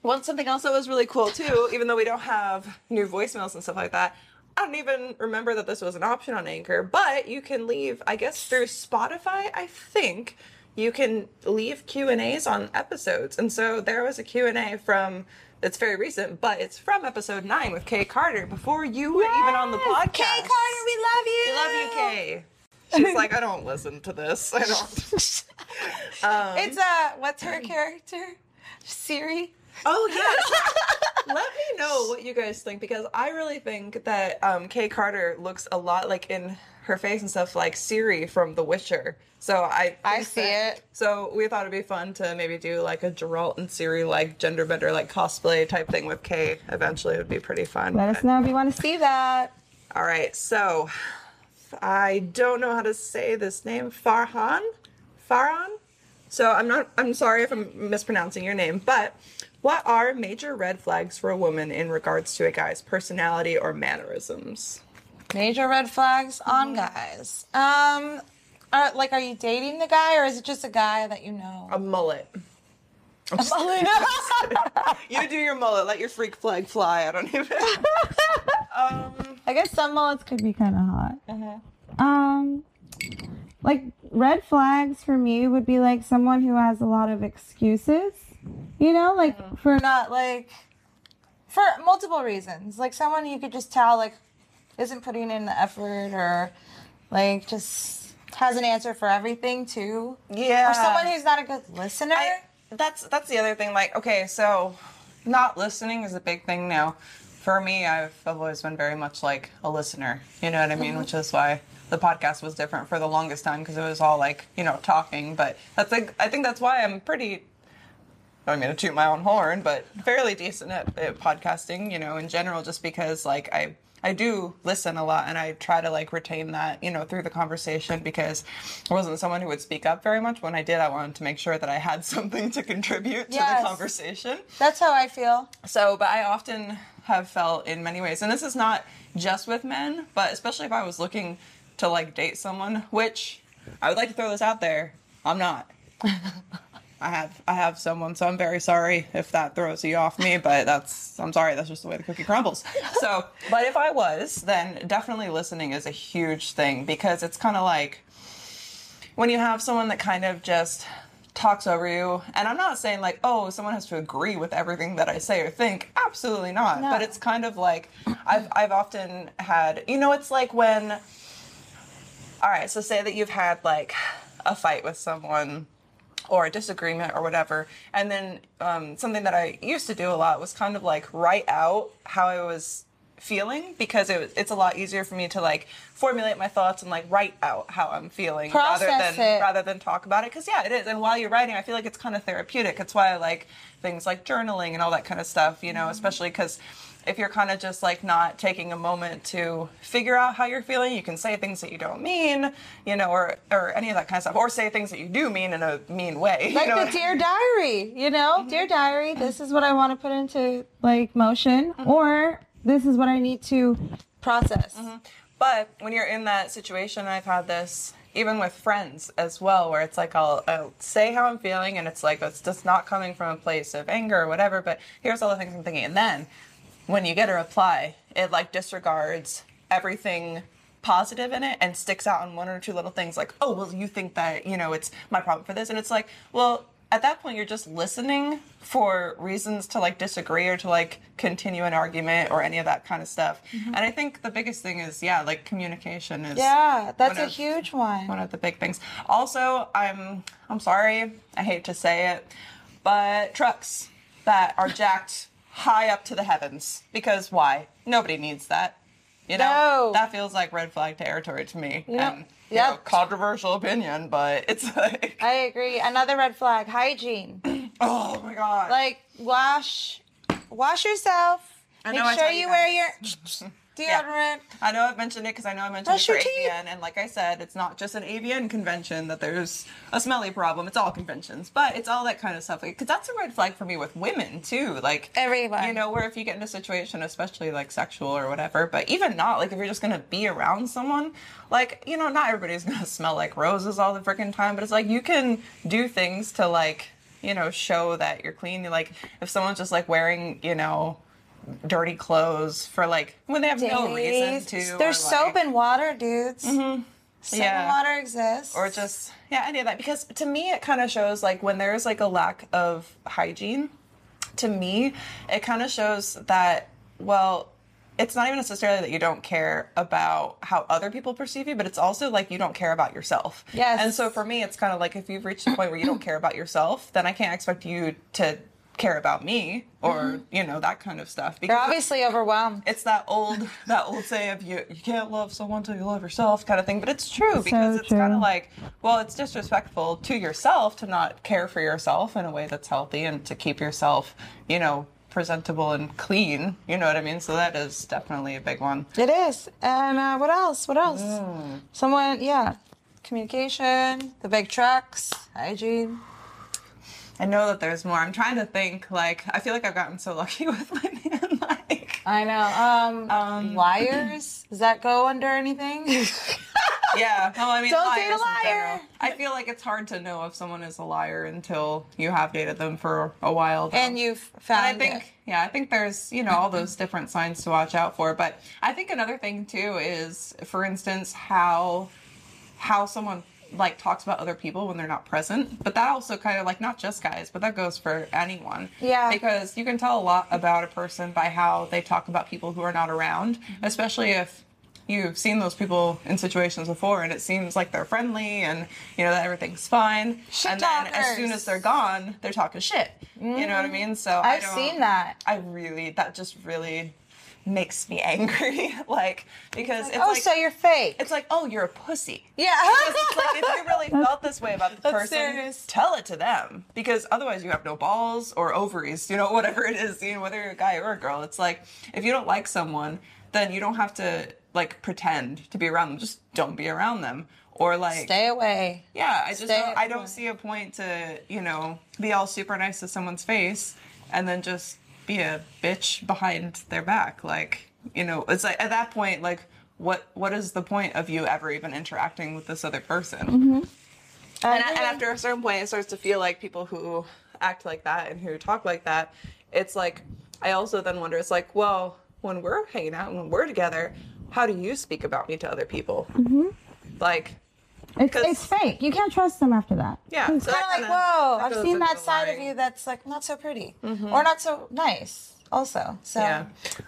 Speaker 3: one something else that was really cool too, even though we don't have new voicemails and stuff like that. I don't even remember that this was an option on Anchor, but you can leave, I guess through Spotify, I think you can leave Q&As on episodes. And so there was a Q&A from it's very recent, but it's from episode 9 with Kay Carter before you were even on the podcast.
Speaker 2: Kay Carter, we love you.
Speaker 3: we love you, Kay. She's like, I don't listen to this. I don't.
Speaker 2: It's uh, what's her character? Siri.
Speaker 3: Oh yeah. Let me know what you guys think because I really think that um, Kay Carter looks a lot like in her face and stuff like Siri from The Witcher. So I
Speaker 2: I
Speaker 3: think
Speaker 2: see
Speaker 3: that-
Speaker 2: it.
Speaker 3: So we thought it'd be fun to maybe do like a Geralt and Siri like gender bender like cosplay type thing with Kay. Eventually, it would be pretty fun.
Speaker 2: Let us know if you want to see that.
Speaker 3: All right, so I don't know how to say this name. Farhan? Farhan? So I'm not I'm sorry if I'm mispronouncing your name, but what are major red flags for a woman in regards to a guy's personality or mannerisms?
Speaker 2: Major red flags on guys. Um, are, like, are you dating the guy or is it just a guy that you know?
Speaker 3: A mullet. You do your mullet. Let your freak flag fly. I don't even. um,
Speaker 2: I guess some mullets could be kind of hot.
Speaker 3: Uh-huh.
Speaker 2: Um, like red flags for me would be like someone who has a lot of excuses, you know, like
Speaker 3: Uh-huh.
Speaker 2: for not like for multiple reasons. Like someone you could just tell like isn't putting in the effort or like just has an answer for everything too.
Speaker 3: yeah.
Speaker 2: Or someone who's not a good listener.
Speaker 3: I, that's that's the other thing. Like, okay, so not listening is a big thing now. For me, I've, I've always been very much like a listener. You know what I mean? Which is why the podcast was different for the longest time because it was all like you know talking. But that's like I think that's why I'm pretty. I'm gonna toot my own horn, but fairly decent at, at podcasting. You know, in general, just because like I. I do listen a lot and I try to like retain that, you know, through the conversation because I wasn't someone who would speak up very much. When I did, I wanted to make sure that I had something to contribute to
Speaker 2: Yes.
Speaker 3: the conversation.
Speaker 2: That's how I feel.
Speaker 3: So, but I often have felt in many ways, and this is not just with men, but especially if I was looking to like date someone, which I would like to throw this out there. I'm not. I have I have someone, so I'm very sorry if that throws you off me, but that's I'm sorry, that's just the way the cookie crumbles. So, but if I was, then definitely listening is a huge thing because it's kind of like when you have someone that kind of just talks over you and i'm not saying like oh someone has to agree with everything that i say or think absolutely not but it's kind of like i've i've often had you know it's like when all right so say that you've had like a fight with someone or a disagreement or whatever and then um, something that i used to do a lot was kind of like write out how i was feeling because it, was- it's a lot easier for me to like formulate my thoughts and like write out how i'm feeling rather
Speaker 2: Process
Speaker 3: than
Speaker 2: it.
Speaker 3: rather rather than talk about it because yeah it is and while you're writing i feel like it's kind of therapeutic it's why i like things like journaling and all that kind of stuff you know
Speaker 2: Mm-hmm.
Speaker 3: especially because if you're kind of just like not taking a moment to figure out how you're feeling you can say things that you don't mean you know or or any of that kind of stuff or say things that you do mean in a mean way
Speaker 2: like
Speaker 3: you know
Speaker 2: the dear diary you know
Speaker 3: Mm-hmm.
Speaker 2: dear diary this is what i want to put into like motion
Speaker 3: Mm-hmm.
Speaker 2: or this is what i need to process
Speaker 3: Mm-hmm. But when you're in that situation, I've had this even with friends as well, where it's like I'll, I'll say how I'm feeling, and it's like it's just not coming from a place of anger or whatever. But here's all the things I'm thinking, and then when you get a reply, it like disregards everything positive in it and sticks out on one or two little things like oh well you think that you know it's my problem for this and it's like well at that point you're just listening for reasons to like disagree or to like continue an argument or any of that kind of stuff and i think the biggest thing is yeah like communication is
Speaker 2: yeah that's
Speaker 3: One
Speaker 2: a
Speaker 3: of-
Speaker 2: huge one
Speaker 3: one of the big things also i'm i'm sorry i hate to say it but trucks that are jacked high up to the heavens because why nobody needs that you know
Speaker 2: No.
Speaker 3: that feels like red flag territory to me
Speaker 2: know-
Speaker 3: and you
Speaker 2: yep.
Speaker 3: know, controversial opinion but it's like
Speaker 2: i agree another red flag hygiene
Speaker 3: oh my god
Speaker 2: like wash wash yourself
Speaker 3: I
Speaker 2: make
Speaker 3: know, I
Speaker 2: sure
Speaker 3: tell you
Speaker 2: you wear your deodorant
Speaker 3: I know I've mentioned it because I know I mentioned
Speaker 2: Brush
Speaker 3: it
Speaker 2: your
Speaker 3: for
Speaker 2: teeth.
Speaker 3: AVN, and like I said, it's not just an AVN convention that there's a smelly problem. It's all conventions, but it's all that kind of stuff. Because that's a red flag for me with women too. Like
Speaker 2: Everyone.
Speaker 3: you know, where if you get in a situation, especially like sexual or whatever, but even not like if you're just gonna be around someone, like you know, not everybody's gonna smell like roses all the freaking time. But it's like you can do things to like you know show that you're clean. Like if someone's just like wearing you know dirty clothes for like when they have no reason
Speaker 2: Days.
Speaker 3: to. or,
Speaker 2: there's soap
Speaker 3: like- Mm-hmm.
Speaker 2: and water dudes soap
Speaker 3: Yeah.
Speaker 2: and water exists
Speaker 3: or just yeah, any of that. Because to me, it kind of shows like when there's like a lack of hygiene. To me, it kind of shows that well. It's not even necessarily that you don't care about how other people perceive you, but it's also like you don't care about yourself.
Speaker 2: Yes.
Speaker 3: And so for me, it's kind of like if you've reached a point where you don't care about yourself, then I can't expect you to care about me or
Speaker 2: Mm-hmm.
Speaker 3: you know that kind of stuff.
Speaker 2: you're
Speaker 3: Because
Speaker 2: obviously overwhelmed
Speaker 3: it's that old that old saying of you you can't love someone till you love yourself kind of thing but it's true because it's kind of like well it's disrespectful to yourself to not care for yourself in a way that's healthy and to keep yourself you know presentable and clean you know what i mean so that is definitely a big one
Speaker 2: It is. And uh, what else? What else?
Speaker 3: Mm.
Speaker 2: Someone, yeah. Communication, the big trucks, hygiene.
Speaker 3: i know that there's more i'm trying to think like i feel like i've gotten so lucky with my man like um,
Speaker 2: I know. Um, liars. Does that go under anything?
Speaker 3: yeah. No, I mean,
Speaker 2: Don't
Speaker 3: liars
Speaker 2: date a
Speaker 3: in general.
Speaker 2: liar.
Speaker 3: I feel like it's hard to know if someone is a liar until you have dated them for a while. though.
Speaker 2: and you've
Speaker 3: And
Speaker 2: found
Speaker 3: I think, yeah, I think there's, you know, all those different signs to watch out for. But I think another thing too is, for instance, how how someone like talks about other people when they're not present. But that also kind of like not just guys, but that goes for anyone.
Speaker 2: Yeah.
Speaker 3: Because you can tell a lot about a person by how they talk about people who are not around,
Speaker 2: Mm-hmm.
Speaker 3: especially if you've seen those people in situations before and it seems like they're friendly and you know that everything's fine.
Speaker 2: Shit
Speaker 3: and then as soon
Speaker 2: talkers.
Speaker 3: as they're gone, they're talking shit. You know what I mean? So I
Speaker 2: Mm. I've
Speaker 3: don't-
Speaker 2: seen that.
Speaker 3: I really that just really makes me angry. like because it's
Speaker 2: oh,
Speaker 3: like
Speaker 2: so you're fake.
Speaker 3: it's like oh you're a pussy.
Speaker 2: yeah.
Speaker 3: Because it's like if you really felt this way about the
Speaker 2: That's
Speaker 3: person,
Speaker 2: serious.
Speaker 3: tell it to them because otherwise you have no balls or ovaries. You know whatever it is. You know whether you're a guy or a girl. It's like if you don't like someone, then you don't have to like pretend to be around them. Just don't be around them. Or like
Speaker 2: Stay away.
Speaker 3: yeah, I just
Speaker 2: Stay
Speaker 3: don't,
Speaker 2: at
Speaker 3: I don't
Speaker 2: home.
Speaker 3: see a point to you know be all super nice to someone's face and then just be a bitch behind their back. Like you know, it's like at that point, like what what is the point of you ever even interacting with this other person? And, and after a certain point, it starts to feel like people who act like that and who talk like that, it's like, I also then wonder, it's like, well, when we're hanging out, when we're together, how do you speak about me to other people? Mm-hmm. Like,
Speaker 6: It's,
Speaker 3: 'Cause-
Speaker 6: it's fake. You can't trust them after that.
Speaker 3: yeah.
Speaker 6: It's
Speaker 3: so
Speaker 2: kind
Speaker 3: that
Speaker 2: of like,
Speaker 3: kinda-
Speaker 2: whoa,
Speaker 3: that
Speaker 2: I've
Speaker 3: goes
Speaker 2: seen
Speaker 3: into
Speaker 2: that
Speaker 3: the
Speaker 2: side of
Speaker 3: line. Mm-hmm.
Speaker 2: you that's like not so pretty or not so nice, also. So,
Speaker 3: Yeah.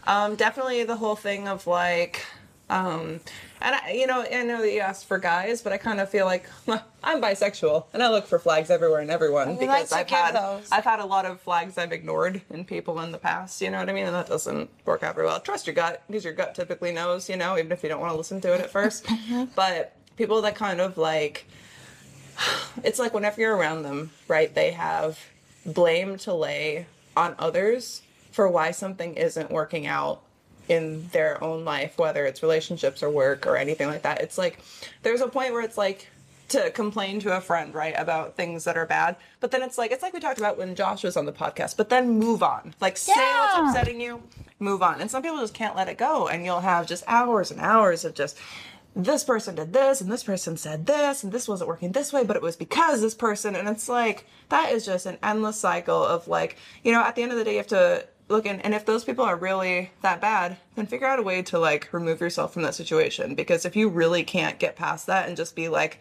Speaker 3: Um, definitely the whole thing of like, um, and I, you know, I know that you asked for guys, but I kind of feel like I'm bisexual and I look for flags everywhere and everyone
Speaker 2: We like
Speaker 3: because
Speaker 2: to
Speaker 3: I've
Speaker 2: give
Speaker 3: had
Speaker 2: those.
Speaker 3: I've had a lot of flags I've ignored in people in the past. You know what I mean? And that doesn't work out very well. Trust your gut because your gut typically knows. You know, even if you don't want to listen to it at first. but people that kind of like it's like whenever you're around them, right, they have blame to lay on others for why something isn't working out in their own life, whether it's relationships or work or anything like that. It's like there's a point where it's like to complain to a friend, right, about things that are bad. But then it's like it's like we talked about when Josh was on the podcast, but then move on. Like say what's
Speaker 6: Yeah.
Speaker 3: upsetting you, move on. And some people just can't let it go and you'll have just hours and hours of just this person did this and this person said this and this wasn't working this way but it was because this person and it's like that is just an endless cycle of like you know at the end of the day you have to look in and if those people are really that bad then figure out a way to like remove yourself from that situation because if you really can't get past that and just be like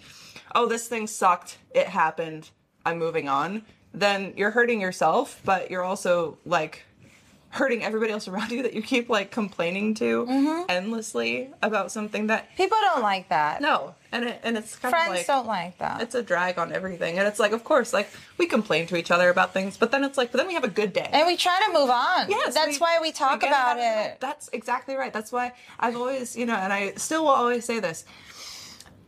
Speaker 3: oh this thing sucked it happened i'm moving on then you're hurting yourself but you're also like hurting everybody else around you that you keep like complaining to endlessly about something that
Speaker 2: people don't like that.
Speaker 3: no, and it, and it's kind
Speaker 2: Friends
Speaker 3: of like
Speaker 2: don't like that.
Speaker 3: it's a drag on everything, and it's like of course like we complain to each other about things, but then it's like but then we have a good day.
Speaker 2: and we try to move on.
Speaker 3: Yes,
Speaker 2: That's why we talk
Speaker 3: get
Speaker 2: about
Speaker 3: out of
Speaker 2: it.
Speaker 3: That's exactly right. That's why I've always, you know, and I still will always say this.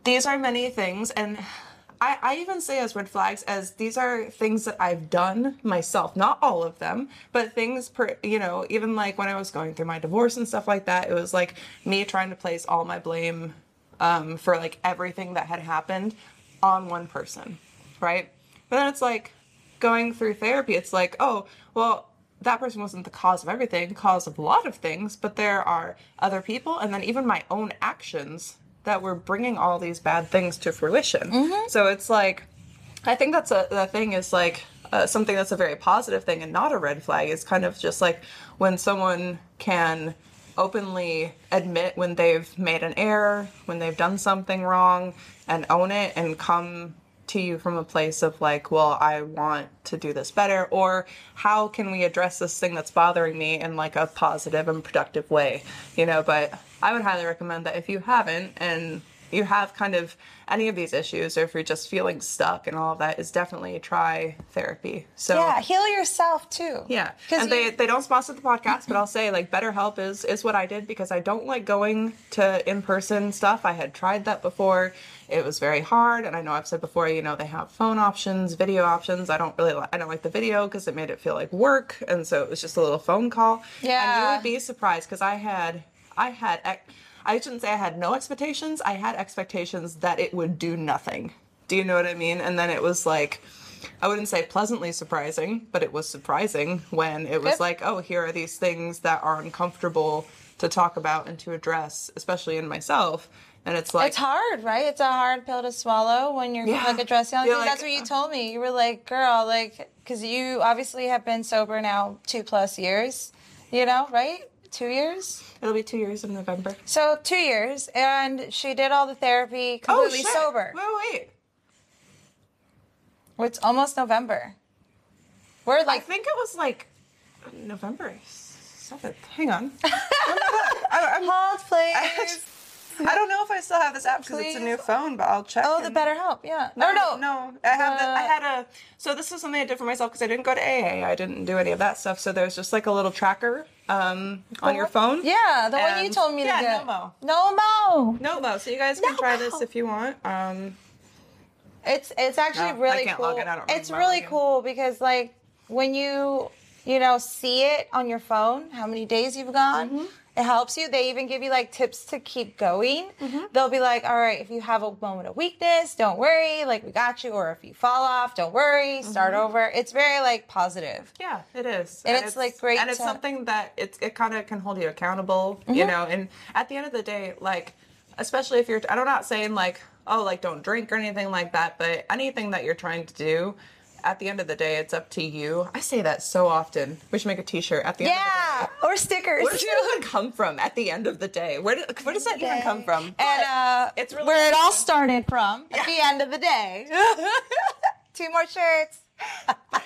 Speaker 3: These are many things, and I, I even say as red flags as these are things that I've done myself. Not all of them, but things, per, you know, even like when I was going through my divorce and stuff like that, it was like me trying to place all my blame um, for like everything that had happened on one person, right? But then it's like going through therapy, it's like, oh, well, that person wasn't the cause of everything, cause of a lot of things, but there are other people and then even my own actions that were bringing all these bad things to fruition. So it's like, I think that's a the thing is like uh, something that's a very positive thing and not a red flag is kind of just like when someone can openly admit when they've made an error, when they've done something wrong, and own it and come to you from a place of like, well, I want to do this better, or how can we address this thing that's bothering me in like a positive and productive way, you know? But I would highly recommend that if you haven't and you have kind of any of these issues or if you're just feeling stuck and all of that is definitely try therapy so
Speaker 2: Yeah, heal yourself too.
Speaker 3: yeah.
Speaker 2: 'Cause
Speaker 3: and they,
Speaker 2: you-
Speaker 3: they don't sponsor the podcast but i'll say like betterhelp is is what i did because i don't like going to in-person stuff i had tried that before it was very hard and i know i've said before you know they have phone options video options i don't really li- i don't like the video because it made it feel like work and so it was just a little phone call and you
Speaker 2: Yeah.
Speaker 3: would be surprised because i had i had ex- i shouldn't say i had no expectations i had expectations that it would do nothing do you know what i mean and then it was like I wouldn't say pleasantly surprising, but it was surprising when it was
Speaker 2: Good.
Speaker 3: like, oh, here are these things that are uncomfortable to talk about and to address, especially in myself. And it's like
Speaker 2: It's hard, right? It's a hard pill to swallow when you're
Speaker 3: Yeah.
Speaker 2: like addressing. all
Speaker 3: You're
Speaker 2: things.
Speaker 3: like, uh
Speaker 2: That's what you told me. You were like, "Girl, like, because you obviously have been sober now two plus years, you know, right? Two years.
Speaker 3: it'll be two years in November.
Speaker 2: So two years, and she did all the therapy completely
Speaker 3: Oh, shit.
Speaker 2: sober.
Speaker 3: Wait, wait.
Speaker 2: It's almost November. We're
Speaker 3: I
Speaker 2: like,
Speaker 3: think it was like November seventh. Hang on. I, I'm-
Speaker 2: hold, please.
Speaker 3: I don't know if I still have this app because it's a new
Speaker 2: Please.
Speaker 3: phone, but I'll check.
Speaker 2: Oh, the
Speaker 3: and-
Speaker 2: better help. Yeah.
Speaker 3: No,
Speaker 2: or no,
Speaker 3: no. I have. The, I
Speaker 2: Uh,
Speaker 3: had a. So this is something I did for myself because I didn't go to AA. I didn't do any of that stuff. So there's just like a little tracker um, on your phone.
Speaker 2: Yeah, the one you
Speaker 3: And-
Speaker 2: told me
Speaker 3: Um, yeah,
Speaker 2: to get.
Speaker 3: Nomo.
Speaker 2: No mo.
Speaker 3: Nomo. So you guys can try this if you want. Um,
Speaker 2: It's it's actually
Speaker 3: No, I
Speaker 2: really
Speaker 3: can't
Speaker 2: cool.
Speaker 3: log in. I don't
Speaker 2: it's
Speaker 3: remember
Speaker 2: really
Speaker 3: logging in.
Speaker 2: cool because like when you you know see it on your phone, how many days you've gone. It helps you. They even give you like tips to keep going. They'll be like, all right, if you have a moment of weakness, don't worry, like we got you. Or if you fall off, don't worry, start over. It's very like positive.
Speaker 3: Yeah, it is.
Speaker 2: And it's, like, great
Speaker 3: And it's
Speaker 2: to- Mm-hmm.
Speaker 3: something that it's, it kind of can hold you accountable, you know. And at the end of the day, like, especially if you're, and I'm not saying like, oh, like don't drink or anything like that, but anything that you're trying to do, at the end of the day, it's up to you. I say that so often. We should make a t shirt at the end of the day.
Speaker 2: Yeah, or stickers.
Speaker 3: Where does it even come from at the end of the day? Where, do, where does that even come from?
Speaker 2: and uh,
Speaker 3: it's really
Speaker 2: where it all started from at the end of the day. Two more shirts.
Speaker 3: but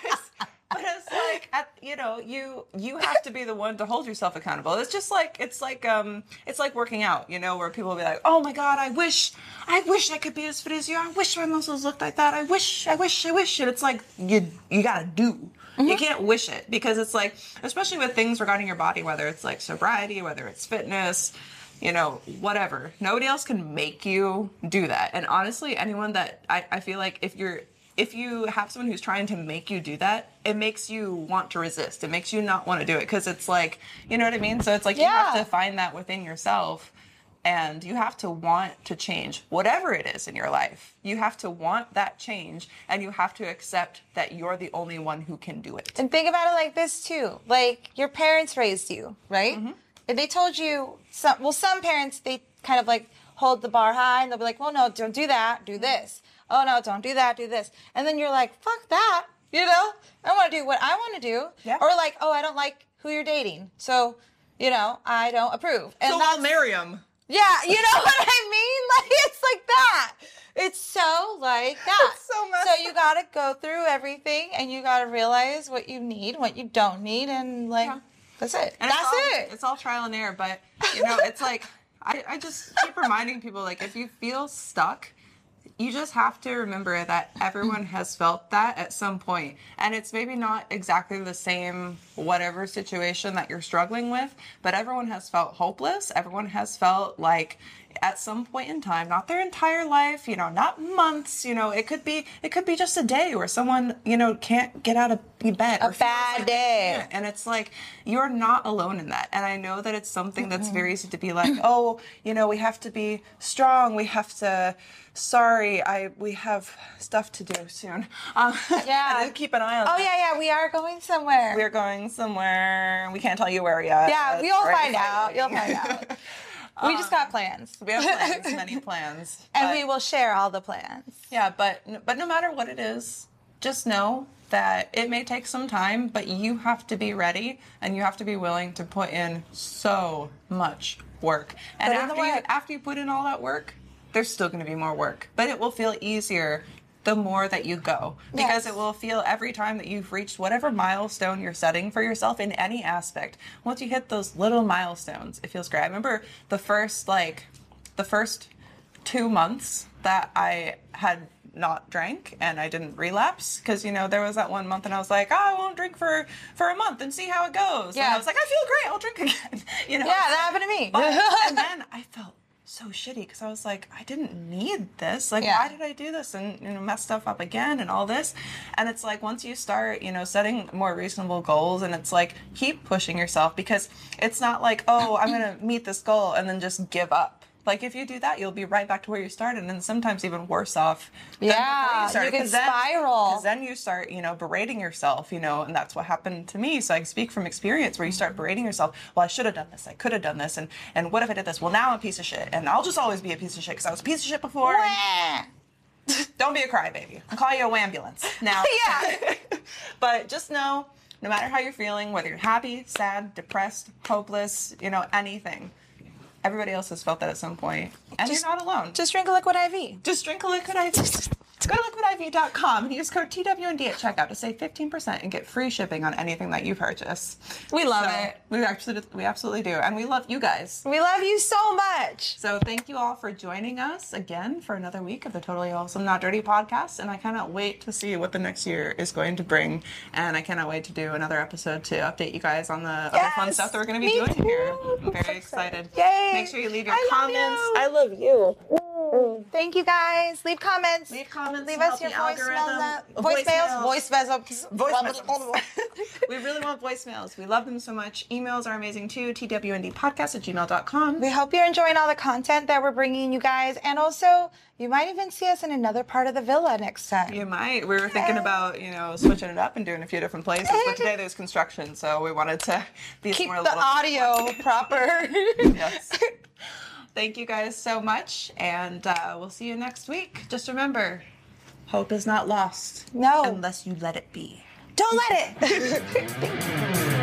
Speaker 3: it's like at, you know you you have to be the one to hold yourself accountable it's just like it's like um it's like working out you know where people will be like oh my god i wish i wish i could be as fit as you i wish my muscles looked like that i wish i wish i wish and it's like you you gotta do you can't wish it because it's like especially with things regarding your body whether it's like sobriety whether it's fitness you know, whatever. Nobody else can make you do that. And honestly, anyone that I, I feel like if you're if you have someone who's trying to make you do that, it makes you want to resist. It makes you not want to do it because it's like, you know what I mean? So it's like you have
Speaker 2: Yeah.
Speaker 3: to find that within yourself and you have to want to change whatever it is in your life. You have to want that change and you have to accept that you're the only one who can do it.
Speaker 2: And think about it like this too. Like your parents raised you, right? And they told you some well, some parents they kind of like hold the bar high and they'll be like, Well no, don't do that, do this. Oh no, don't do that, do this. And then you're like, fuck that, you know? I wanna do what I wanna do.
Speaker 3: Yeah.
Speaker 2: Or like, oh I don't like who you're dating. So, you know, I don't approve. And
Speaker 3: oh,
Speaker 2: that's-
Speaker 3: marry him.
Speaker 2: Yeah, you know what I mean? Like it's like that. It's so like that.
Speaker 3: It's so messed
Speaker 2: you gotta go through everything and you gotta realize what you need, what you don't need, and like
Speaker 3: Yeah.
Speaker 2: that's it.
Speaker 3: And
Speaker 2: that's
Speaker 3: it's all,
Speaker 2: it.
Speaker 3: It's all trial and error, but you know, it's like I, I just keep reminding people like if you feel stuck, you just have to remember that everyone has felt that at some point. And it's maybe not exactly the same whatever situation that you're struggling with, but everyone has felt hopeless. Everyone has felt like at some point in time, not their entire life, you know, not months, you know, it could be it could be just a day where someone, you know, can't get out of bed. A
Speaker 2: bad day.
Speaker 3: and it's like you're not alone in that. And I know that it's something
Speaker 2: Mm-hmm.
Speaker 3: that's very easy to be like, oh, you know, we have to be strong. We have to. Sorry, I we have stuff to do soon. Um,
Speaker 2: Yeah.
Speaker 3: and keep an eye on.
Speaker 2: oh
Speaker 3: that.
Speaker 2: yeah, yeah, we are going somewhere.
Speaker 3: We're going somewhere. We can't tell you where yet.
Speaker 2: yeah,
Speaker 3: It's
Speaker 2: we'll
Speaker 3: very
Speaker 2: find out.
Speaker 3: exciting.
Speaker 2: You'll find out. we just got plans.
Speaker 3: Um, we have plans, many plans.
Speaker 2: and
Speaker 3: but-
Speaker 2: we will share all the plans.
Speaker 3: Yeah, but but no matter what it is, just know that it may take some time, but you have to be ready and you have to be willing to put in so much work. And
Speaker 2: Put in the
Speaker 3: after you
Speaker 2: work.
Speaker 3: after you put in all that work, there's still going to be more work, but it will feel easier the more that you go because
Speaker 2: Yes.
Speaker 3: it will feel every time that you've reached whatever milestone you're setting for yourself in any aspect once you hit those little milestones it feels great i remember the first like the first two months that I had not drank and I didn't relapse because you know there was that one month and I was like, oh, I won't drink for for a month and see how it goes. And
Speaker 2: Yeah.
Speaker 3: I was like, I feel great, I'll drink again. you know.
Speaker 2: Yeah, that happened to me.
Speaker 3: But- and then I felt so shitty because I was like, I didn't need this. Like,
Speaker 2: Yeah.
Speaker 3: why did I do this and you know mess stuff up again and all this? And it's like once you start, you know, setting more reasonable goals, and it's like keep pushing yourself because it's not like, oh, I'm gonna meet this goal and then just give up. Like if you do that, you'll be right back to where you started, and sometimes even worse off. than
Speaker 2: Yeah,
Speaker 3: before
Speaker 2: you
Speaker 3: started,
Speaker 2: can
Speaker 3: 'cause then-
Speaker 2: spiral.
Speaker 3: 'cause then you start, you know, berating yourself, you know, and that's what happened to me. So I speak from experience where you start berating yourself. Well, I should have done this. I could have done this, and and what if I did this? Well, now I'm a piece of shit, and I'll just always be a piece of shit because I was a piece of shit before. and- don't be a crybaby. I'll call you a ambulance. Now, yeah. but just know, no matter how you're feeling, whether you're happy, sad, depressed, hopeless, you know, anything, everybody else has felt that at some point, and
Speaker 2: Just-
Speaker 3: you're not alone. Just,
Speaker 2: Just drink a liquid IV.
Speaker 3: just drink a liquid IV. Go to liquidiv.com and use code TWND at checkout to save 15% and get free shipping on anything that you purchase.
Speaker 2: We love
Speaker 3: So,
Speaker 2: it.
Speaker 3: We actually, we absolutely do, and we love you guys.
Speaker 2: We love you so much.
Speaker 3: So thank you all for joining us again for another week of the Totally Awesome Not Dirty podcast, and I cannot wait to see what the next year is going to bring. And I cannot wait to do another episode to update you guys on the other fun
Speaker 2: Yes,
Speaker 3: stuff that we're going to be
Speaker 2: me
Speaker 3: doing
Speaker 2: too.
Speaker 3: here. I'm very excited.
Speaker 2: Yay.
Speaker 3: Make sure you leave your
Speaker 2: I love
Speaker 3: comments.
Speaker 2: you.
Speaker 3: I love you.
Speaker 2: Thank you guys. Leave comments.
Speaker 3: Leave comments.
Speaker 2: Leave
Speaker 3: help
Speaker 2: us your
Speaker 3: the
Speaker 2: voicemails.
Speaker 3: algorithm.
Speaker 2: Voicemails. Voicemails.
Speaker 3: Voicemails. we really want voicemails. We love them so much. Emails are amazing too. TWNDpodcast at gmail.com.
Speaker 2: We hope you're enjoying all the content that we're bringing you guys. And also, you might even see us in another part of the villa next time.
Speaker 3: You might. We were thinking about you know switching it up and doing a few different places, but today there's construction, so we wanted to be
Speaker 2: Keep
Speaker 3: more
Speaker 2: the
Speaker 3: a little.
Speaker 2: audio proper.
Speaker 3: Yes. Thank you guys so much, and uh, we'll see you next week. Just remember, hope is not lost
Speaker 2: No.
Speaker 3: unless you let it be.
Speaker 2: Don't let it.